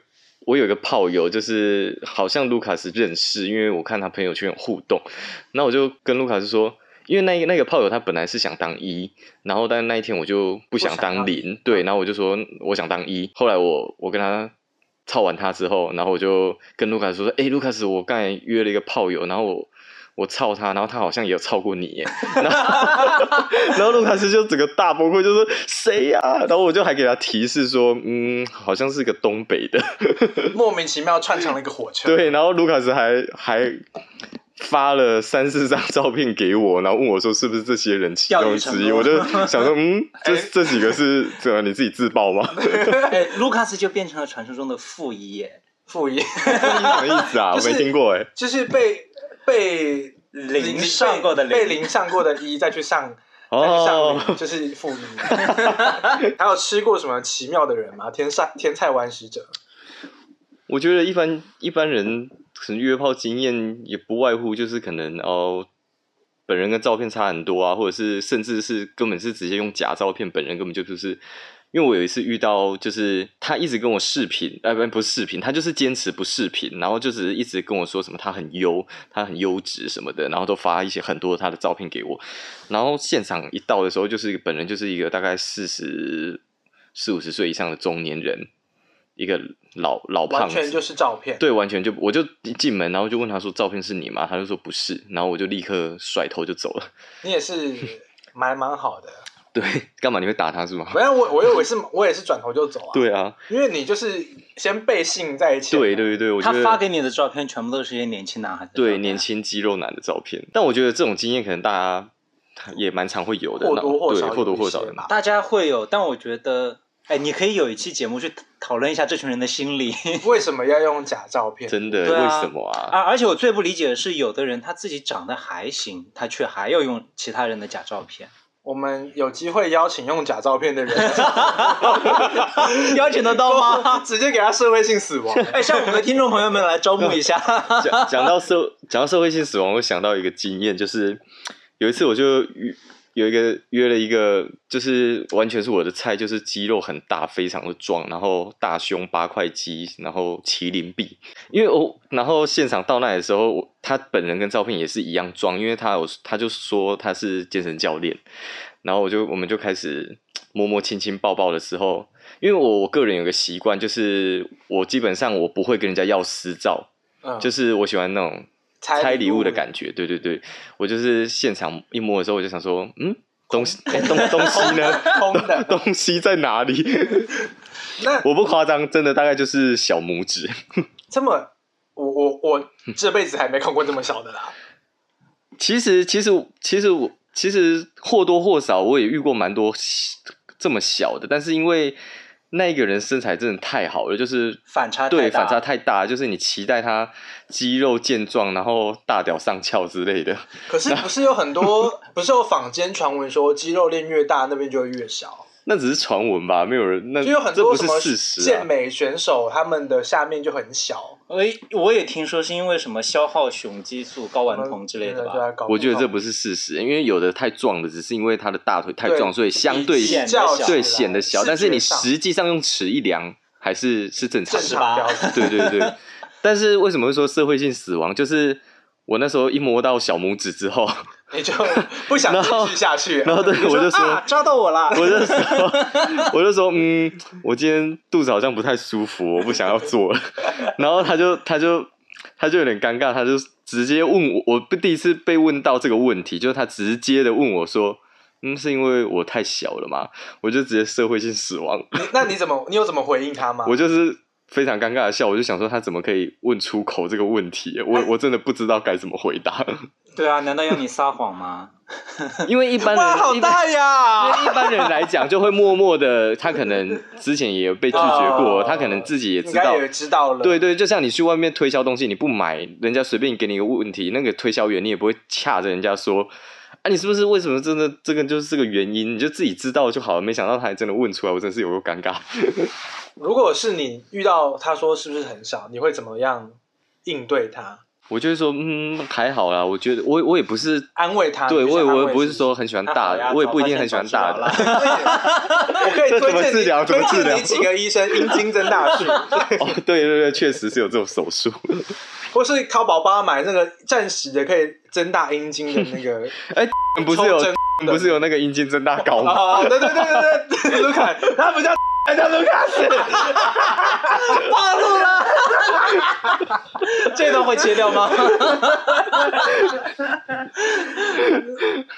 Speaker 1: 我有一个炮友，就是好像卢卡斯认识，因为我看他朋友圈有互动，那我就跟卢卡斯说。因为那那个炮友他本来是想当一，然后但那一天我就不想
Speaker 3: 不想
Speaker 1: 当嗯
Speaker 3: 当
Speaker 1: 零，对，然后我就说我想当一。后来我我跟他操完他之后，然后我就跟卢卡斯说：“哎、卢卡斯，我刚才约了一个炮友，然后我我操他，然后他好像也有操过你耶。” 然 后然后卢卡斯就整个大崩溃，就说：“谁呀、然后我就还给他提示说：“嗯，好像是个东北的。”
Speaker 3: 莫名其妙串成了一个火车。
Speaker 1: 对，然后卢卡斯还还发了三四张照片给我，然后问我说是不是这些人其
Speaker 2: 钓
Speaker 1: 中
Speaker 2: 鱼成
Speaker 1: 之一，
Speaker 2: 功
Speaker 1: 我就想 说，嗯，这
Speaker 3: 哎
Speaker 1: 这几个是怎么你自己自爆 吗？
Speaker 2: 哎，卢卡斯就变成了传说中的负一耶，
Speaker 3: 傅仪
Speaker 1: 什么意思啊？我
Speaker 3: 就是
Speaker 1: 没听过哎、
Speaker 3: 就是被被
Speaker 2: 零上过的
Speaker 3: 被
Speaker 2: 零
Speaker 3: 零上过的一，再去上再去上
Speaker 1: 哦，
Speaker 3: 零，就是 傅仪。还有吃过什么奇妙的人吗？天上天菜完食者。
Speaker 1: 我觉得一般一般人可能约炮经验也不外乎就是可能哦。本人跟照片差很多啊，或者是甚至是根本是直接用假照片，本人根本就不是。因为我有一次遇到，就是他一直跟我视频，呃，不不是视频，他就是坚持不视频，然后就只是一直跟我说什么他很优，他很优质什么的，然后都发一些很多他的照片给我。然后现场一到的时候，就是一个本人就是一个大概四十四五十岁以上的中年人，一个老老
Speaker 3: 完
Speaker 1: 胖子，
Speaker 3: 全就是照片。
Speaker 1: 对，完全就我就一进门，然后就问他说：“照片是你吗？”他就说不是，然后我就立刻甩头就走了。
Speaker 3: 你也是蛮蛮好的，
Speaker 1: 对，干嘛你会打他是吗？
Speaker 3: 反正我我我也是我也是转头就走啊。，
Speaker 1: 对啊，
Speaker 3: 因为你就是先背信在前。
Speaker 1: 对。对对，我觉
Speaker 2: 他
Speaker 1: 得
Speaker 2: 发给你的照片全部都是一些年轻男孩子的照片啊，
Speaker 1: 对年轻肌肉男的照片，但我觉得这种经验可能大家也蛮常会有的，
Speaker 3: 或
Speaker 1: 那
Speaker 3: 多或
Speaker 1: 对
Speaker 3: 少
Speaker 1: 或多
Speaker 3: 有一
Speaker 1: 或少
Speaker 3: 些
Speaker 1: 的
Speaker 3: 吧
Speaker 2: 大家会有，但我觉得，哎，你可以有一期节目去讨论一下这群人的心理。
Speaker 3: 为什么要用假照片？
Speaker 1: 真的、
Speaker 2: 对啊
Speaker 1: 为什么啊？
Speaker 2: 而而且我最不理解的是，有的人他自己长得还行，他却还要用其他人的假照 片，
Speaker 3: 我们有机会邀请用假照片的人，
Speaker 2: 邀请得到吗？
Speaker 3: 直接给他社会性死 亡。
Speaker 2: 哎，向我们的听众朋友们来招募一下。
Speaker 1: 讲讲到社 讲到社会性死亡，我想到一个经验，就是有一次我就约有一个约了一个，就是完全是我的菜，就是肌肉很大，非常的壮，然后大胸八块肌，然后麒麟臂。因为我然后现场到那里的时候，我他本人跟照片也是一样壮，因为他有他就说他是健身教练，然后我就我们就开始摸摸亲亲抱抱的时候。因为我我个人有个习惯，就是我基本上我不会跟人家要私照，
Speaker 3: 嗯，
Speaker 1: 就是我喜欢那种
Speaker 3: 拆
Speaker 1: 拆
Speaker 3: 礼
Speaker 1: 礼
Speaker 3: 物
Speaker 1: 物
Speaker 3: 的
Speaker 1: 的感觉。对对对，我就是现场一摸的时候，我就想说，嗯，东西、哎东东西呢？
Speaker 3: 空的。
Speaker 1: 东西在哪里？
Speaker 3: 那
Speaker 1: 我不夸张，真的大概就是小拇指。
Speaker 3: 这么，我我我这辈子还没看过这么小的啦。
Speaker 1: 其实，其实，其实我其实或多或少我也遇过蛮多这么小的，但是因为那一个人身材真的太好了，就是
Speaker 2: 反差太
Speaker 1: 对
Speaker 2: 大
Speaker 1: 反差太大，就是你期待他肌肉健壮，然后大屌上翘之类的。
Speaker 3: 可是不是有很多，不是有坊间传闻说肌肉练越大那边就会越小？
Speaker 1: 那只是传闻吧，没有人那
Speaker 3: 就有很
Speaker 1: 呃这
Speaker 3: 多
Speaker 1: 不
Speaker 3: 什
Speaker 1: 是
Speaker 3: 么
Speaker 1: 事实
Speaker 3: 健
Speaker 1: 啊。
Speaker 3: 美选手，他们的下面就很小，
Speaker 2: 我也我也听说是因为什么消耗雄激素、睾丸酮之类的
Speaker 3: 对
Speaker 2: 吧？
Speaker 3: 啊搞
Speaker 1: 我觉得这
Speaker 3: 懂
Speaker 1: 不是事实，因为有的太壮的，只是因为他的大腿太
Speaker 3: 对
Speaker 1: 壮，所以相对
Speaker 2: 比显得
Speaker 3: 较
Speaker 2: 小
Speaker 1: 对
Speaker 3: 来
Speaker 1: 显得小，
Speaker 3: 视
Speaker 1: 但是你
Speaker 3: 觉上
Speaker 1: 实际上用尺一量还是是正常
Speaker 3: 正
Speaker 1: 的。
Speaker 3: 常标准，
Speaker 1: 对对对，但是为什么会说社会性死亡？就是我那时候一摸到小拇指之 后，
Speaker 3: 你就不想继续下去。
Speaker 1: 然后对我就说
Speaker 2: 啊，抓到我啦！
Speaker 1: 我就说， 我就说，嗯，我今天肚子好像不太舒服，我不想要做 了。然后他就，他就，他就有点尴尬，他就直接问我，我不第一次被问到这个问题，就是他直接的问我说，嗯，是因为我太小了嘛？我就直接社会性死亡，
Speaker 3: 你那你怎么，你有怎么回应他吗？
Speaker 1: 我就是。非常尴尬的笑，我就想说他怎么可以问出口这个问题？我我真的不知道该怎么回 答，
Speaker 2: 对啊，难道要你撒 谎吗？
Speaker 1: 因为一般
Speaker 3: 哇，啊好
Speaker 1: 人一般
Speaker 3: 大呀！
Speaker 1: 对一般人来讲，就会默默的，他可能之前也有被拒绝过，
Speaker 3: 哦
Speaker 1: 他可能自己也
Speaker 3: 应
Speaker 1: 知
Speaker 3: 该
Speaker 1: 道。
Speaker 3: 也知道了。
Speaker 1: 对对，就像你去外面推销东西，你不买，人家随便给你一个问题，那个推销员你也不会掐着人家说，啊，你是不是为什么真的这个就是这个原因？你就自己知道就好了。没想到他还真的问出来，我真是有够尴尬。
Speaker 3: 如果是你遇到他说是不是很少，你会怎么样应对他？
Speaker 1: 我就会说，嗯，还好啦，我觉得我我也不是，
Speaker 3: 安慰他？
Speaker 1: 对
Speaker 3: 你
Speaker 1: 我也
Speaker 3: 想安
Speaker 1: 我
Speaker 3: 慰
Speaker 1: 也不
Speaker 3: 不
Speaker 1: 是说 很喜欢
Speaker 2: 那
Speaker 1: 大
Speaker 2: 哎好
Speaker 1: 的，
Speaker 2: 呀
Speaker 1: 啊我也不一定
Speaker 2: 早
Speaker 1: 很喜欢大的
Speaker 2: 发。现
Speaker 3: 我可以
Speaker 1: 这怎么
Speaker 3: 推荐
Speaker 1: 治疗
Speaker 3: 你
Speaker 1: 怎么
Speaker 3: 推
Speaker 1: 治疗
Speaker 3: 荐你几个医生，阴茎增大术，
Speaker 1: 哦，对对对，确实是有这种手术。
Speaker 3: 或是淘宝帮他买那个暂时的可以增大阴茎的那 个
Speaker 1: 不是
Speaker 3: 抽
Speaker 1: 有
Speaker 3: 针
Speaker 1: 不是有那个阴茎增 大膏吗？
Speaker 3: 啊，对对对对对，卢卡，他不叫哎他叫卢卡斯，
Speaker 2: 暴露了， 这段会切掉吗？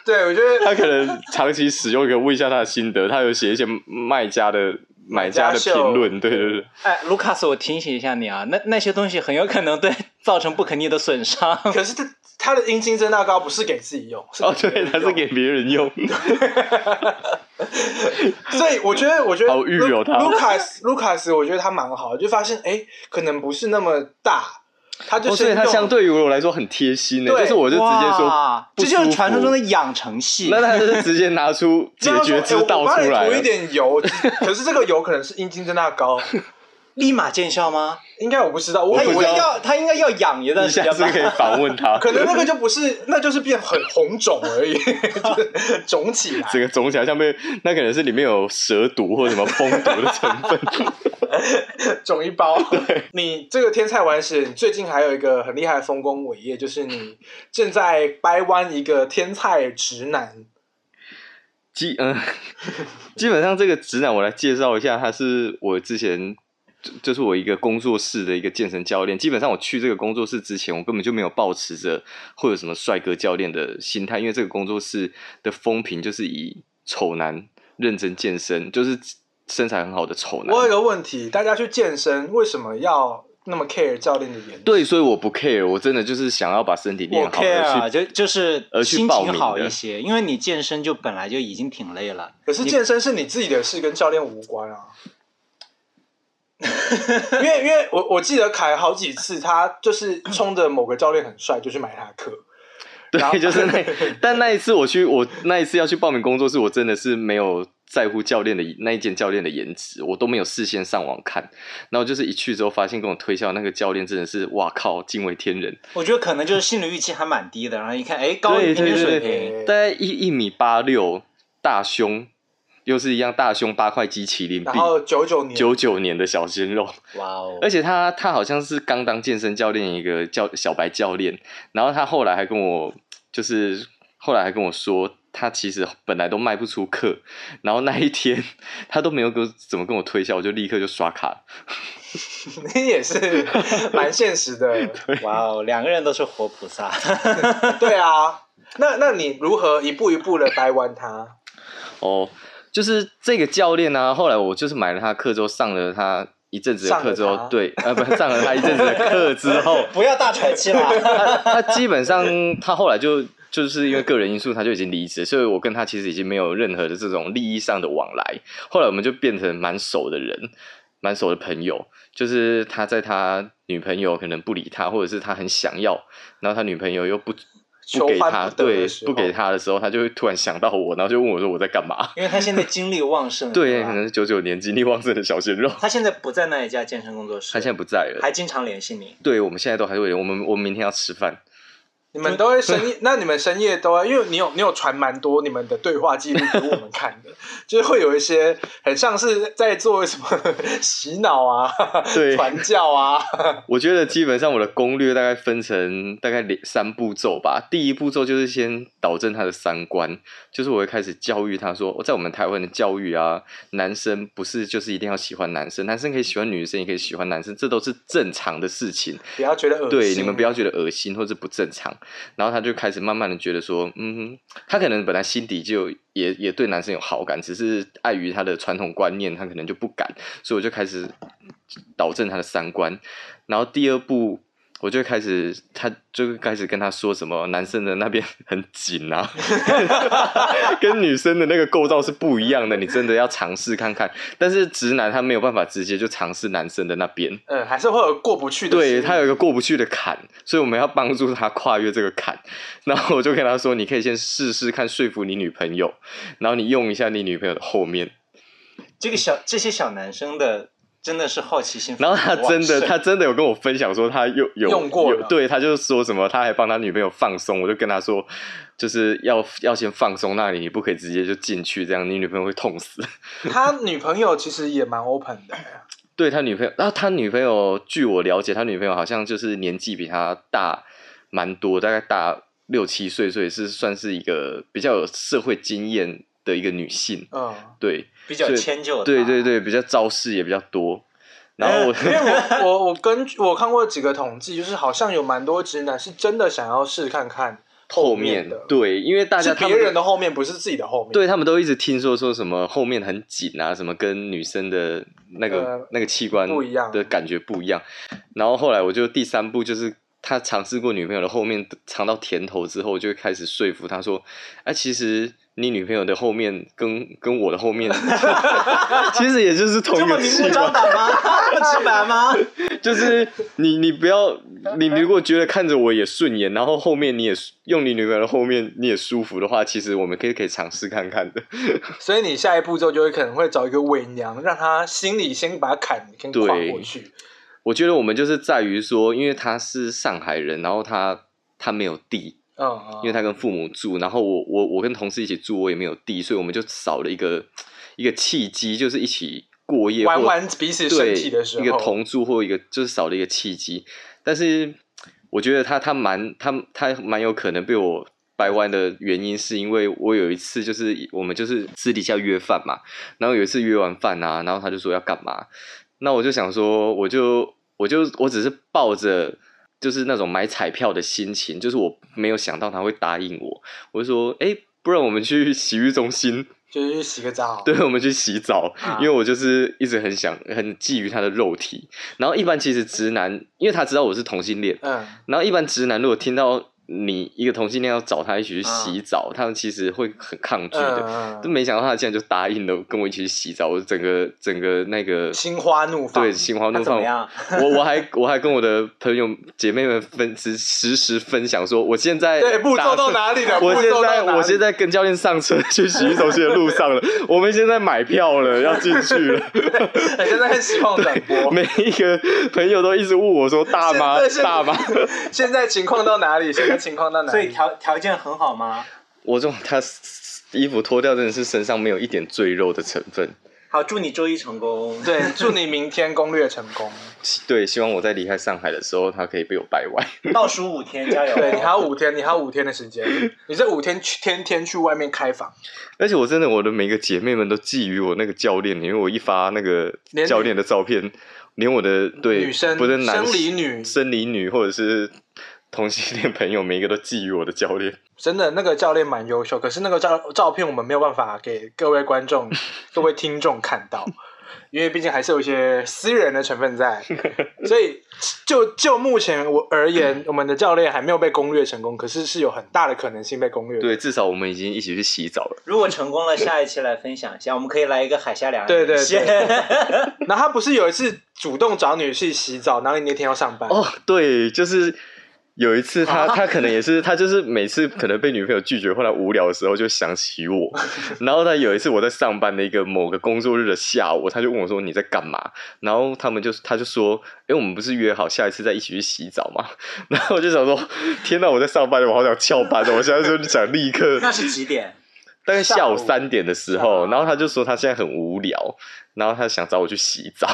Speaker 3: 对我觉得
Speaker 1: 他可能长期使用，可以问一下他的心得。他有写一些卖家的、买家的评论，对对对。
Speaker 2: 哎，卢卡斯，我提醒一下你啊，那那些东西很有可能对造成不可逆的损伤。
Speaker 3: 可是他他的阴茎增大膏不是给自己用，是
Speaker 1: 哦，对，他是给别人用。
Speaker 3: 所以我觉得，我觉得
Speaker 1: 好预有他
Speaker 3: 卢卡斯，卢卡斯，我觉得他蛮好的，就发现哎，可能不是那么大，他就
Speaker 1: 哦，
Speaker 3: 是、
Speaker 1: 所以他相，对于我来说很贴心的，
Speaker 3: 对
Speaker 1: 就是我就直接说
Speaker 2: 哇，
Speaker 1: 不
Speaker 2: 这
Speaker 1: 舒服，
Speaker 2: 就是传说中的养成系。
Speaker 1: 那他就是直接拿 出解决之道出
Speaker 3: 哎
Speaker 1: 来
Speaker 3: 我帮你
Speaker 1: 了
Speaker 3: 涂一。点油，可是这个油可能是阴茎增大膏，
Speaker 2: 立马见效吗？
Speaker 3: 应该我不知道，我
Speaker 2: 他
Speaker 1: 不
Speaker 3: 以
Speaker 1: 知
Speaker 2: 应
Speaker 1: 道
Speaker 3: 为
Speaker 2: 该要，他应该要养一段
Speaker 1: 你
Speaker 2: 时
Speaker 1: 下
Speaker 2: 间
Speaker 1: 次可以
Speaker 2: 吧。
Speaker 1: 访问他，
Speaker 3: 可能那个就不是，那就是变很红肿而已， 就是肿起来。
Speaker 1: 整个肿起来像被那可能是里面有蛇毒或什么蜂毒的成分。
Speaker 3: 肿一包。你这个天菜完食，你最近还有一个很厉害的丰功伟业，就是你正在掰弯一个天菜直男。
Speaker 1: 基嗯、 基本上这个指南我来介绍一下，他是我之前就就是我一个工作室的一个健身教练。基本上我去这个工作室之前，我根本就没有抱持着会有什么帅哥教练的心态，因为这个工作室的风评就是以丑男认真健身，就是身材很好的丑男。
Speaker 3: 我有个问题，大家去健身为什么要那么 care 教练的言？，
Speaker 1: 对，所以我不 care，我真的就是想要把身体练
Speaker 2: 我
Speaker 1: 好而
Speaker 2: care 啊，
Speaker 1: 去。
Speaker 2: 就就是
Speaker 1: 而去
Speaker 2: 心
Speaker 1: 报名
Speaker 2: 情
Speaker 1: 的
Speaker 2: 好一些，因为你健身就本来就已经挺累了。
Speaker 3: 可是
Speaker 2: 你
Speaker 3: 健身是你自己的事，跟教练无关啊。 因为因为我我记得凯好几次，他就是冲着某个教练很帅，就去买他的课。然后
Speaker 1: 对，就是 那，但那一次我去，我那一次要去报名工作室，我真的是没有在乎教练的那一间教练的颜值，我都没有事先上网看。然后就是一去之后，发现跟我推销那个教练真的是，哇靠，惊为天人！
Speaker 2: 我觉得可能就是心理预期还蛮低的，然后一看，哎，高
Speaker 1: 对
Speaker 2: 于平均
Speaker 1: 对对
Speaker 2: 水平。
Speaker 1: 大概一一米八六，大胸，又是一样大胸，八块肌麒麟
Speaker 3: 然
Speaker 1: 臂，
Speaker 3: 后九九年，
Speaker 1: 九九年的小鲜肉。
Speaker 2: 哇哦！
Speaker 1: 而且他他好像是刚当健身教练一个教小白教练，然后他后来还跟我就是后来还跟我说，他其实本来都卖不出课，然后那一天他都没有跟我怎么跟我推销，我就立刻就刷卡了。
Speaker 3: 你 也是蛮现实的。
Speaker 1: 哎
Speaker 2: 哇哦，两个人都是活菩萨。
Speaker 3: 对啊，那那你如何一步一步的掰弯他？
Speaker 1: 哦，就是这个教练呢、啊，后来我就是买了他的课之后，上了他一阵子的
Speaker 3: 上
Speaker 1: 课
Speaker 3: 了
Speaker 1: 之后
Speaker 3: 他，
Speaker 1: 对，呃，不，上了他一阵子的课之后，
Speaker 2: 不要大喘气啦。
Speaker 1: 他基本上他后来就 就是因为个人因素，他就已经离职，所以我跟他其实已经没有任何的这种利益上的往来。后来我们就变成蛮熟的人，蛮熟的朋友。就是他在他女朋友可能不理他，或者是他很想要，然后他女朋友又不不
Speaker 3: 求
Speaker 1: 给
Speaker 3: 欢
Speaker 1: 他，
Speaker 3: 得
Speaker 1: 对
Speaker 3: 的时，候
Speaker 1: 不给他的时候，他就会突然想到我，然后就问我说我在干嘛。
Speaker 2: 因为他现在精力旺盛，
Speaker 1: 对，
Speaker 2: 是
Speaker 3: 啊
Speaker 2: 吧
Speaker 1: 可能是九九年精力旺盛的小鲜肉，
Speaker 2: 他现在不在那一家健身工作
Speaker 1: 他现
Speaker 2: 室，
Speaker 1: 在不在了。
Speaker 2: 还经常联系你。
Speaker 1: 对，我们现在都还是会，我们我们明天要吃饭，
Speaker 3: 你们都会深夜，那你们深夜都会，因为你有你有传蛮多你们的对话记录给我们看的， 就是会有一些很像是在做什么洗脑啊、
Speaker 1: 对
Speaker 3: 传 教啊，
Speaker 1: 我觉得基本上我的攻略大概分成大概两三步骤吧。第一步骤就是先导正他的三观，就是我会开始教育他说，在我们台湾的教育啊，男生不是就是一定要喜欢男生，男生可以喜欢女生，也可以喜欢男生，这都是正常的事情。
Speaker 3: 不要觉得恶心。
Speaker 1: 对，你们不要觉得恶心或者不正常。然后他就开始慢慢的觉得说，嗯，他可能本来心底就也也对男生有好感，只是碍于他的传统观念，他可能就不敢。所以我就开始导正他的三观。然后第二步。我就开始，他就开始跟他说什么男生的那边很紧啊， 跟女生的那个构造是不一样的，你真的要尝试看看。但是直男他没有办法直接就尝试男生的那边，
Speaker 3: 嗯，还是会有过不去的心理。
Speaker 1: 对他有一个过不去的坎，所以我们要帮助他跨越这个坎。 然后我就跟他说，你可以先试试看说服你女朋友，然后你用一下你女朋友的后面。
Speaker 2: 这个小这些小男生的真的是好奇心
Speaker 1: 嗯
Speaker 2: 非
Speaker 1: 然
Speaker 2: 常
Speaker 1: 后
Speaker 2: 旺
Speaker 1: 他
Speaker 2: 盛，
Speaker 1: 真的，他真的有跟我分享说他有有
Speaker 3: 用过
Speaker 1: 有
Speaker 3: 了
Speaker 1: 对，他就说什么他还帮他女朋友放松。我就跟他说，就是要要先放松那里，你不可以直接就进去，这样你女朋友会痛死。
Speaker 3: 他女朋友其实也蛮 open 的，
Speaker 1: 对他女朋友，然后他女朋友，据我了解，他女朋友好像就是年纪比他大蛮多，大概大六七岁，所以是算是一个比较有社会经验的一个女性。
Speaker 3: 嗯，
Speaker 1: 对，
Speaker 2: 比较
Speaker 1: 所以
Speaker 2: 迁就他。
Speaker 1: 对对对，比较招式也比较多。然后我，
Speaker 3: 因为我我我根据我看过几个统计，就是好像有蛮多直男是真的想要试看看
Speaker 1: 后
Speaker 3: 面
Speaker 1: 面
Speaker 3: 的，
Speaker 1: 对，因为大家
Speaker 3: 是
Speaker 1: 他
Speaker 3: 别
Speaker 1: 们
Speaker 3: 人的后面，不是自己的后面。
Speaker 1: 对他们都一直听说说什么后面很紧啊，什么跟女生的那个、
Speaker 3: 呃
Speaker 1: 那个器官
Speaker 3: 不一样
Speaker 1: 的感觉不一样。然后后来我就第三步就是他尝试过女朋友的后面尝到甜头之后，就开始说服他说，哎、其实你女朋友的后面跟跟我的后 面，其实也就是同
Speaker 2: 这
Speaker 1: 一
Speaker 2: 么
Speaker 1: 个
Speaker 2: 明
Speaker 1: 器
Speaker 2: 目张
Speaker 1: 官，
Speaker 2: 胆吗？这么直白吗？
Speaker 1: 就是你你不要你如果觉得看着我也顺眼，然后后面你也用你女朋友的后面你也舒服的话，其实我们可以可以尝试看看的。
Speaker 3: 所以你下一步骤就会可能会找一个伪娘，让她心里先把坎先跨过去。
Speaker 1: 我觉得我们就是在于说，因为他是上海人，然后他他没有地，
Speaker 3: 嗯嗯，
Speaker 1: 因为他跟父母住，然后我我我跟同事一起住，我也没有地，所以我们就少了一个一个契机，就是一起过夜或
Speaker 3: 玩玩彼此身
Speaker 1: 对
Speaker 3: 体的时候，
Speaker 1: 一个同住或一个就是少了一个契机。但是我觉得他他蛮他他蛮有可能被我掰弯的原因，是因为我有一次就是我们就是私底下约饭嘛，然后有一次约完饭啊，然后他就说要干嘛，那我就想说，我就我就我只是抱着。就是那种买彩票的心情，就是我没有想到他会答应我，我就说，哎、不然我们去洗浴中心
Speaker 3: 就是去洗个澡。
Speaker 1: 对，我们去洗澡，
Speaker 3: 啊
Speaker 1: 因为我就是一直很想很觊觎他的肉体。然后一般其实直男，因为他知道我是同性恋，
Speaker 3: 嗯，
Speaker 1: 然后一般直男如果听到你一个同性恋要找他一起去洗澡，他们其实会很抗拒的。
Speaker 3: 嗯
Speaker 1: 都
Speaker 3: 嗯，
Speaker 1: 没想到他竟然就答应了跟我一起去洗澡，我整个整个那个
Speaker 3: 心花怒放。
Speaker 1: 对心花
Speaker 2: 他
Speaker 1: 怒
Speaker 2: 怎
Speaker 1: 放
Speaker 2: 么，样？
Speaker 1: 我我还我还跟我的朋友姐妹们分时时时分享说，我现在
Speaker 3: 对步骤
Speaker 1: 打
Speaker 3: 到
Speaker 1: 算
Speaker 3: 哪里了？
Speaker 1: 我
Speaker 3: 步
Speaker 1: 现
Speaker 3: 骤到
Speaker 1: 在
Speaker 3: 哪
Speaker 1: 我现
Speaker 3: 里
Speaker 1: 在跟教练上车去洗手间的路上了，我们现在买票了，要进去 了。
Speaker 3: 很像哎在看实况转 播。
Speaker 1: 每一个朋友都一直问我说：“大妈
Speaker 3: 现在，
Speaker 1: 大妈。
Speaker 3: 现在情况 到哪里？现在情况
Speaker 1: 嗯
Speaker 3: 到哪
Speaker 2: 所以
Speaker 3: 里？
Speaker 2: 条条件很好吗？”
Speaker 1: 我这种他衣服脱掉，真的是身上没有一点赘肉的成分。
Speaker 2: 好，祝你周一成功。
Speaker 3: 对，祝你明天攻略成功。
Speaker 1: 希对，希望我在离开上海的时候，他可以被我掰弯。
Speaker 2: 倒数五天，加油！
Speaker 3: 对你还有五天，你还有五天的时间，你这五天去天天去外面开房，
Speaker 1: 而且我真的，我的每个姐妹们都觊觎我那个教练，因为我一发那个
Speaker 3: 连
Speaker 1: 教练的照片，连我的对
Speaker 3: 女生
Speaker 1: 不是男
Speaker 3: 生理女
Speaker 1: 生理女或者是同性恋朋友，每一个都觊觎我的教练。
Speaker 3: 真的那个教练蛮优秀，可是那个照照片我们没有办法给各位 观众、各位听众看到，因为毕竟还是有一些私人的成 分在，所以就就目前我 而言，我们的教练还没有被攻略成功，可是是有很大的可能性被攻略。
Speaker 1: 对，至少我们已经一起去洗澡了。
Speaker 2: 如果成功了，下一期来分享一下，我们可以来一个海峡两岸
Speaker 3: 对对
Speaker 2: 连线
Speaker 3: 然后他不是有一次主动找你去洗澡，然后你那天要上班，
Speaker 1: 哦哦，对，就是有一次 他他可能也是他就是每次可能被女朋友拒绝，后来无聊的时候就想起 我，然后他有一次我在上班的一个某个工作日的下午，他就问我说你在干嘛？然后他们就他就说，哎，我们不是约好下一次再一起去洗澡吗？ 然后我就想说，天哪，我在上班，我好想翘班哦！我现在就想立 刻
Speaker 2: 那是几点？
Speaker 1: 大概下午
Speaker 3: 下午
Speaker 1: 三点的时候，然后他就说他现在很无聊，然后他想找我去洗澡。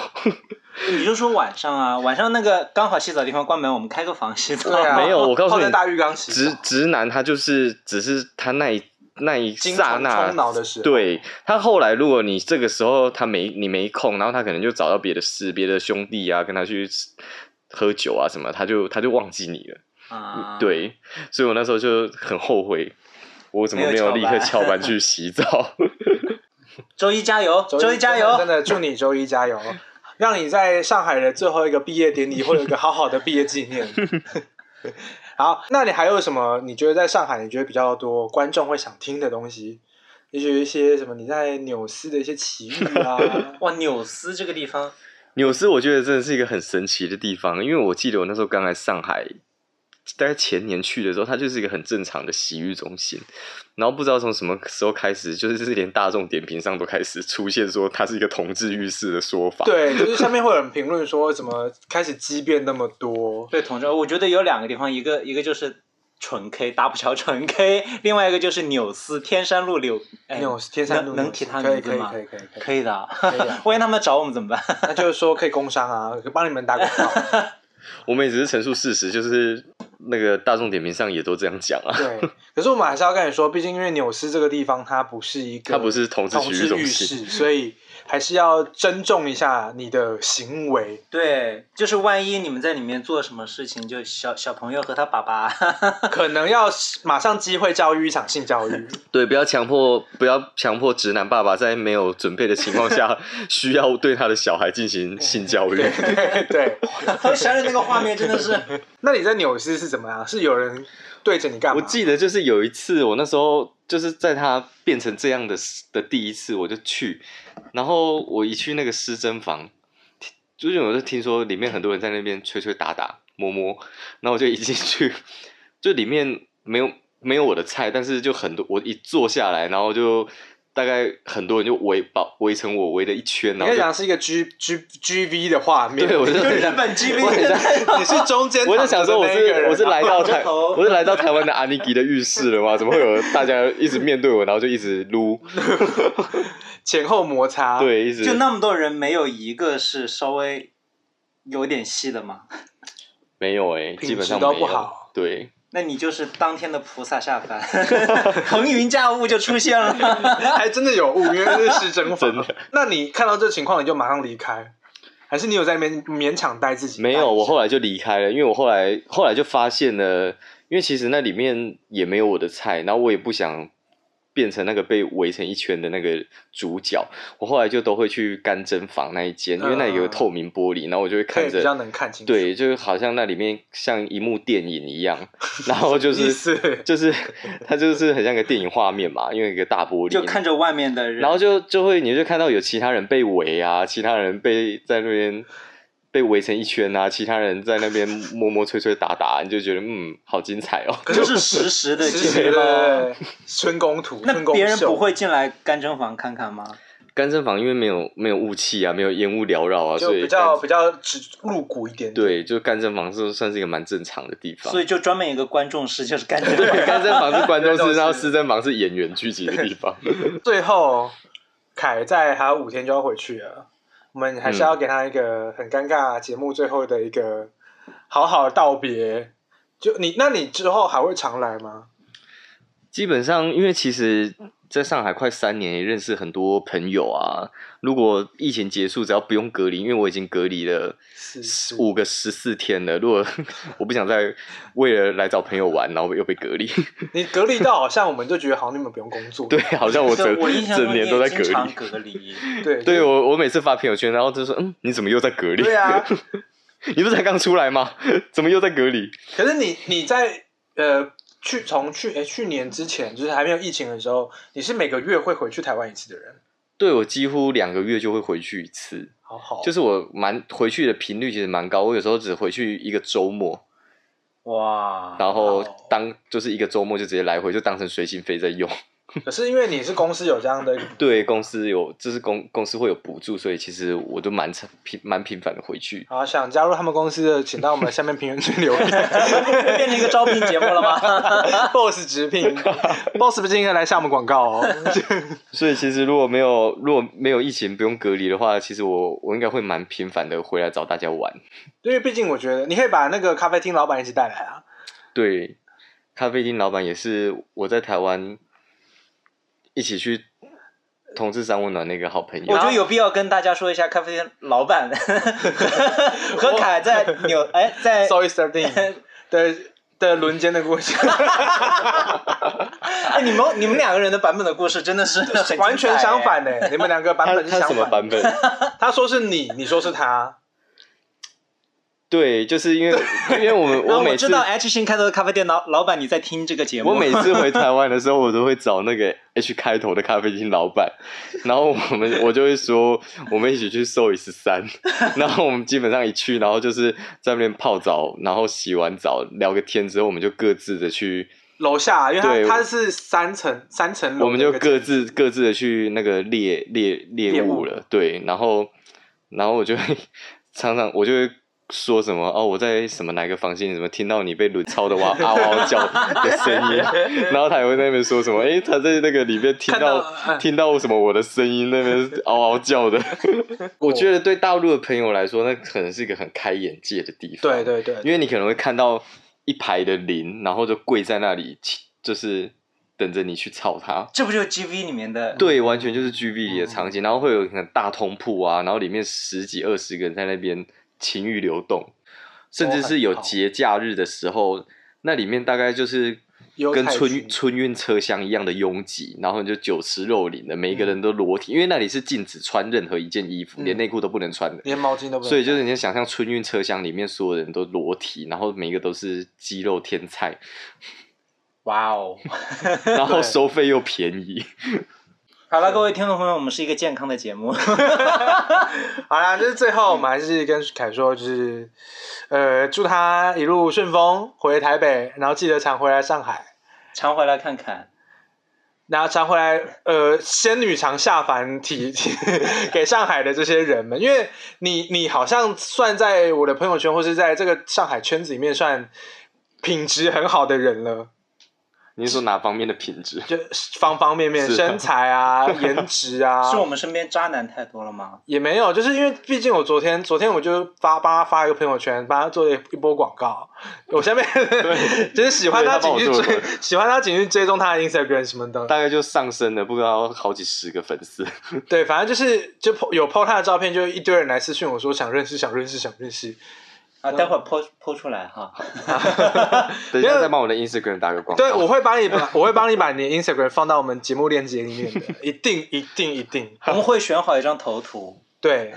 Speaker 2: 你就说晚上啊，晚上那个刚好洗澡的地方关门，我们开个房洗澡。
Speaker 3: 对啊，
Speaker 1: 没有我告诉
Speaker 3: 泡
Speaker 1: 你
Speaker 3: 在大浴缸洗澡，
Speaker 1: 直直男他就是只是他那一那一
Speaker 3: 精
Speaker 1: 刹
Speaker 3: 虫
Speaker 1: 那
Speaker 3: 冲脑的时候
Speaker 1: 对他后来如果你这个时候他没你没空，然后他可能就找到别的事，别的兄弟啊跟他去喝酒啊什么，他就他就忘记你了。
Speaker 2: 啊，，
Speaker 1: 对，所以我那时候就很后悔，我怎么没
Speaker 2: 没有
Speaker 1: 有
Speaker 2: 翘
Speaker 1: 立刻
Speaker 2: 班
Speaker 1: 翘班去洗澡？
Speaker 2: 周一加油，周一加
Speaker 3: 真
Speaker 2: 油！
Speaker 3: 的真的祝你周一加 油，让你在上海的最后一个毕业典礼会有一个好好的毕业纪 念。好，那你还有什么？你觉得在上海，你觉得比较多观众会想听的东西？也许一些什么你在纽斯的一些奇遇 啊，
Speaker 2: 哇，纽斯这个地方，
Speaker 1: 纽斯我觉得真的是一个很神奇的地方，因为我记得我那时候刚来上海，大概前年去的时候，它就是一个很正常的洗浴中心，然后不知道从什么时候开始，就是连大众点评上都开始出现说它是一个同志浴室的说法。，
Speaker 3: 对，就是下面会有人评论说怎么开始畸变那么多，
Speaker 2: 对，同志，我觉得有两个地方，一个一个就是纯 K 打不着纯 K，另 外一个就是纽斯天山路柳，哎
Speaker 3: 纽斯天山路
Speaker 2: 能能
Speaker 3: 纽
Speaker 2: 提
Speaker 3: 斯
Speaker 2: 他
Speaker 3: 可以
Speaker 2: 名字
Speaker 3: 可以
Speaker 2: 吗
Speaker 3: 可以可以可以
Speaker 2: 可以的啊
Speaker 3: 可以啊，
Speaker 2: 万一他们找我们怎么办？
Speaker 3: 那就是说可以工商啊，帮你们打广告。
Speaker 1: 我们也只是陈述事实，就是那个大众点评上也都这样讲 啊。
Speaker 3: 对，可是我们还是要跟你说，毕竟因为纽斯这个地方它不是一个，
Speaker 1: 它不是同志区域
Speaker 3: 志
Speaker 1: 中
Speaker 3: 浴
Speaker 1: 心
Speaker 3: 室，所以还是要珍重一下你的行为。
Speaker 2: 对，就是万一你们在里面做什么事情，就小小朋友和他爸爸，
Speaker 3: 可能要马上机会教育一场性教 育，
Speaker 1: 对，不要强迫，不要强迫直男爸爸在没有准备的情况下， 需要对他的小孩进行性教育。
Speaker 3: 对对。
Speaker 2: 我想想那个画面真的 是，
Speaker 3: 那你在纽斯是怎么样？是有人对着你干嘛？
Speaker 1: 我记得就是有一次，我那时候就是在他变成这样的时的第一次，我就去，然后我一去那个失真房，听就是我就听说里面很多人在那边吹吹打打摸摸，然后我就一进去， 就里面没有没有我的菜，但是就很多我一坐下来，然后就大概很多人就围把围成我围了一圈，
Speaker 3: 你
Speaker 1: 然后
Speaker 3: 看
Speaker 1: 就
Speaker 3: 讲是一个 G G G V 的画面，
Speaker 1: 对我就很
Speaker 2: 日本 G V
Speaker 1: 我很像
Speaker 3: 你是中间
Speaker 1: 我
Speaker 3: 躺
Speaker 1: 在
Speaker 3: 着
Speaker 1: 想说，
Speaker 3: 的
Speaker 1: 我
Speaker 3: 那一
Speaker 1: 是、
Speaker 3: 个人啊，
Speaker 1: 我是来到 台，
Speaker 2: 我头
Speaker 1: 我是来到台湾的阿尼基的浴室了吗？怎么会有大家一直面对我，然后就一直撸？
Speaker 3: 前后摩擦，，
Speaker 1: 对，一直
Speaker 2: 就那么多人，没有一个是稍微有点戏的嘛？
Speaker 1: 没有哎、
Speaker 3: 品
Speaker 1: 基本
Speaker 3: 质
Speaker 1: 上
Speaker 3: 都
Speaker 1: 没
Speaker 3: 不
Speaker 1: 有
Speaker 3: 好。
Speaker 1: 对，
Speaker 2: 那你就是当天的菩萨下凡， 腾云驾雾就出现 了。
Speaker 3: 还真的有雾，因为是失 真
Speaker 1: 真
Speaker 3: 房
Speaker 1: 的。
Speaker 3: 那你看到这情况，你就马上离开，还是你有在那边勉强待自己？
Speaker 1: 没有。我后来就离开了，因为我后来后来就发现了，因为其实那里面也没有我的菜，然后我也不想变成那个被围成一圈的那个主角。我后来就都会去干蒸房那一间，因为那里有
Speaker 3: 嗯
Speaker 1: 透明玻璃，然后我就会
Speaker 3: 可
Speaker 1: 看
Speaker 3: 以比较
Speaker 1: 着。
Speaker 3: 能看清楚。，
Speaker 1: 对，就好像那里面像一幕电影一 样，然后就
Speaker 3: 意
Speaker 1: 是
Speaker 3: 思
Speaker 1: 就是它就是很像个电影画面嘛，因为有一个大玻璃，
Speaker 2: 就看着外面的人，
Speaker 1: 然后就就会你就看到有其他人被围啊，其他人被在那边被围成一圈啊，其他人在那边摸摸吹吹打打，你就觉得嗯，好精彩哦。
Speaker 2: 就是实时的
Speaker 3: 对
Speaker 2: 进
Speaker 3: 对
Speaker 2: 入 了。
Speaker 3: 对，春宫图，
Speaker 2: 那
Speaker 3: 春宫
Speaker 2: 别人
Speaker 3: 秀
Speaker 2: 不会进来干蒸房看看吗？
Speaker 1: 干蒸房因为没有没有雾气啊，没有烟雾缭绕啊，
Speaker 3: 就
Speaker 1: 所以
Speaker 3: 比较
Speaker 1: 干
Speaker 3: 比较直露骨一点。，
Speaker 1: 对，就干蒸房是算是一个蛮正常的地方
Speaker 2: 所。以就专门有一个观众室，就是干蒸
Speaker 1: 对，
Speaker 2: 房。
Speaker 1: 干蒸房是观众
Speaker 3: 对都
Speaker 1: 室，
Speaker 3: 是
Speaker 1: 然后私蒸房是演员聚集的地方。
Speaker 3: 最后凯在还有五天就要回去了，我们还是要给他一个很尴尬节目最后的一个好好道别。就你，那你之后还会常来吗？
Speaker 1: 基本上，因为其实在上海快三年，也认识很多朋友啊。如果疫情结束，只要不用隔离，因为我已经隔离了
Speaker 3: 是
Speaker 1: 十五个十四天了。如果 我不想再为了来找朋友玩，然后又被隔离，
Speaker 3: 你隔离到好像我们就觉得好像你们不用工作。
Speaker 1: 对，好像我
Speaker 2: 是
Speaker 1: 整
Speaker 2: 我印象中
Speaker 1: 整
Speaker 2: 你也
Speaker 1: 年都在隔
Speaker 2: 经常
Speaker 1: 离。
Speaker 2: 隔离，
Speaker 3: 对
Speaker 1: 对我，我每次发朋友圈，然后就说：“嗯，你怎么又在隔离？
Speaker 3: 对啊，
Speaker 1: 你不是才刚出来吗？ 怎么又在隔离
Speaker 3: 可是你你在呃去从去诶去年之前，就是还没有疫情的时候，你是每个月会回去台湾一次的人，？”
Speaker 1: 对我几乎两个月就会回去一次，
Speaker 3: 好好，
Speaker 1: 就是我蛮回去的频率其实蛮高，我有时候只回去一个周末。
Speaker 2: 哇，
Speaker 1: 然后
Speaker 3: 哇哦
Speaker 1: 当就是一个周末就直接来回，就当成随心飞在用。
Speaker 3: 可是因为你是公司有这样的一个，
Speaker 1: 对公司有，就是公公司会有补助，所以其实我都蛮常频蛮频繁的回去。
Speaker 3: 啊，想加入他们公司的，请到我们下面评论区留 言。
Speaker 2: 变成一个招聘节目了 吗？
Speaker 3: boss 直聘，boss 不是应该来下我们广告 哦？
Speaker 1: 所以其实如果没有如果没有疫情不用隔离的话，其实我我应该会蛮频繁的回来找大家玩。
Speaker 3: 因为毕竟我觉得你可以把那个咖啡厅老板一起带来啊。
Speaker 1: 对，咖啡厅老板也是我在台湾一起去同志山温暖那个好朋
Speaker 2: 我
Speaker 1: 友
Speaker 2: 觉。得有必要跟大家说一下，咖啡店老板和和凯在纽哎在
Speaker 3: Sorry, thirteen 的的轮奸的故事，
Speaker 2: 哎你们你们两个人的版本的故事真的是很精彩
Speaker 3: 完全相反
Speaker 2: 哎
Speaker 3: 呢、你们两个版
Speaker 1: 他
Speaker 3: 本是
Speaker 1: 欸他
Speaker 3: 相
Speaker 1: 什么
Speaker 3: 反。
Speaker 1: 版本？
Speaker 3: 他说是你，你说是他。
Speaker 1: 对，就是因为因为 我们
Speaker 2: 然
Speaker 1: 我
Speaker 2: 后我
Speaker 1: 每
Speaker 2: 知
Speaker 1: 次
Speaker 2: 道 H 型开头的咖啡店老老板你在听这个节目，
Speaker 1: 我每次回台湾的时候，我都会找那个 H 开头的咖啡厅老 板，然后我们我就会说，我们一起去寿一十 三，然后我们基本上一去，然后就是在那边泡澡，然后洗完澡聊个天之后，我们就各自的去，
Speaker 3: 楼下，因为
Speaker 1: 对
Speaker 3: 他他是三层三层楼，
Speaker 1: 我们就各自各自的去那个猎猎猎物了，对，然后然后我就会常常我就会。说什么哦？我在什么哪个房间？怎么听到你被轮操的哇嗷嗷叫 的声音？然后他也会在那边说什么？诶，他在那个里面听
Speaker 3: 看
Speaker 1: 到
Speaker 3: 到嗯
Speaker 1: 听到什么我的声音，那 边啊嗷嗷叫的。我觉得对大陆的朋友来说，那可能是一个很开眼界的地方。
Speaker 3: 对对对，
Speaker 1: 因为你可能会看到一排的零，然后就跪在那里，就是等着你去操他。
Speaker 2: 这不就是 G V 里面
Speaker 3: 嗯
Speaker 2: 的
Speaker 1: 对，完全就是 G V 里的场景，然后会有很大通铺啊，然后里面十几二十个人在那边情欲流动，甚至是有
Speaker 3: 哦很好
Speaker 1: 节假日的时候，那里面大概就是
Speaker 3: 犹
Speaker 1: 跟
Speaker 3: 太
Speaker 1: 春
Speaker 3: 群
Speaker 1: 春运车厢一样的拥挤，然后你就酒池肉林的，每一个人都裸体，因为那里是禁止穿任何一件衣服，
Speaker 3: 嗯
Speaker 1: 连内裤都不能穿的。
Speaker 3: 连毛巾都不能，
Speaker 1: 所以就是你能想象春运车厢里面所有人都裸体，然后每一个都是肌肉天菜，
Speaker 2: 哇哦！
Speaker 1: 然后
Speaker 3: 对
Speaker 1: 收费又便宜。
Speaker 2: 好了，各位听众朋友，我们是一个健康的节目，
Speaker 3: 好啦，就是最后我们还是跟凯说，就是呃，祝他一路顺风回台北，然后记得常回来上海，
Speaker 2: 常回来看看。
Speaker 3: 然后常回来呃，仙女常下凡提提 给上海的这些人们，因为你你好像算在我的朋友圈或是在这个上海圈子里面算品质很好的人了。
Speaker 1: 你是说哪方面的品质？
Speaker 3: 就方方面面，
Speaker 1: 是啊
Speaker 3: 身 材啊、颜值啊，
Speaker 2: 是我们身边渣男太多了吗？
Speaker 3: 也没有，就是因为毕竟我昨天，昨天我就发帮他发一个朋友圈，帮他做了一波广告。我下面 就是喜欢他，
Speaker 1: 对他帮
Speaker 3: 请
Speaker 1: 我
Speaker 3: 去
Speaker 1: 做了
Speaker 3: 追，喜欢他请去追踪他的 Instagram 什么的。
Speaker 1: 大概就上升了，不知道好几十个粉丝。
Speaker 3: 对，反正就是就 po- 有 PO 他的照片，就一堆人来私讯我说想认识，想认识，想认识。
Speaker 2: 啊，待会儿剖剖出来哈。
Speaker 1: 等一下再帮我的 Instagram 打个广告。
Speaker 3: 对，我会帮 你把，我会帮你把你的 Instagram 放到我们节目链接里面的，一定，一定，一定。
Speaker 2: 我们会选好一张头图，
Speaker 3: 对，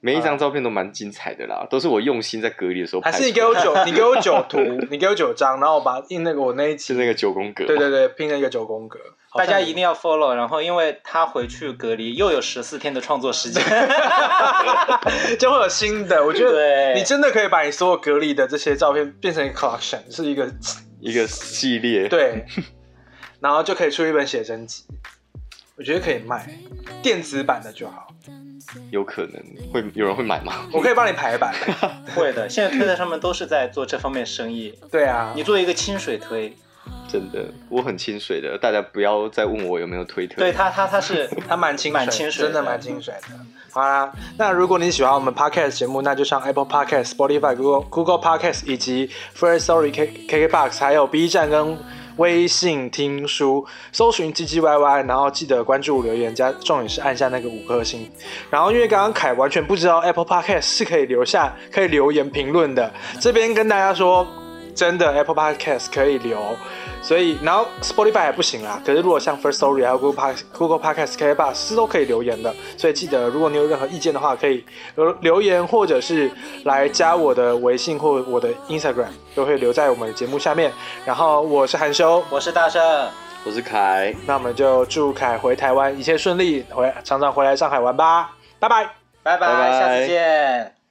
Speaker 1: 每一张照片都蛮精彩的啦，都是我用心在隔离的时候拍
Speaker 3: 还
Speaker 1: 出
Speaker 3: 是
Speaker 1: 来
Speaker 3: 你
Speaker 1: 的。
Speaker 3: 给我九，你给我九 图，你给我九张，然后我把印那个我那一期
Speaker 1: 是那个九宫格？
Speaker 3: 对对对，拼了一个九宫格，
Speaker 2: 大家一
Speaker 3: 定
Speaker 2: 定要 follow。然后，因为他回去隔离又有十四天的创作时间，
Speaker 3: 就会有新的。我觉 得
Speaker 2: 对
Speaker 3: 你真的可以把你所有隔离的这些照片变成一个 collection，是一个
Speaker 1: 一个系列。，
Speaker 3: 对，然后就可以出一本写真集。我觉得可以卖电子版的就好，
Speaker 1: 有可能会有人会买吗？
Speaker 3: 我可以帮你排版。
Speaker 2: 会的。现在推特上面都是在做这方面生 意，
Speaker 3: 对啊
Speaker 2: 你，做一个清水推，
Speaker 1: 真的，我很清水的，大家不要再问我有没有推特。
Speaker 2: 对他，他他是
Speaker 3: 它蛮清水，
Speaker 2: 蛮清水
Speaker 3: 真的蛮清水的。好啦，那如果你喜欢我们 podcast 节目，那就上 Apple Podcast、Spotify、Google Google Podcast 以及 First Story、K KKBox，还有 B 站跟微信听书，搜寻 G G Y Y，然后记得关注、留言、加，重点是按下那个五颗星。然后因为刚刚凯完全不知道 Apple Podcast 是可以留下、可以留言评论的，这边跟大家说，真的 Apple Podcast 可以留。所以，然后 Spotify 也不行啦。可是如果像 First Story 还有 Google Podcast、Google Podcast、k b o x 是都可以留言的。所以记得，如果你有任何意见的话，可以留留言，或者是来加我的微信或我的 Instagram，都会留在我们的节目下面。然后我是韩修，
Speaker 2: 我是大圣，
Speaker 1: 我是凯，
Speaker 3: 那我们就祝凯回台湾一切顺利，回常常回来上海玩吧，拜拜。
Speaker 2: 拜
Speaker 1: 拜拜
Speaker 2: 下次见。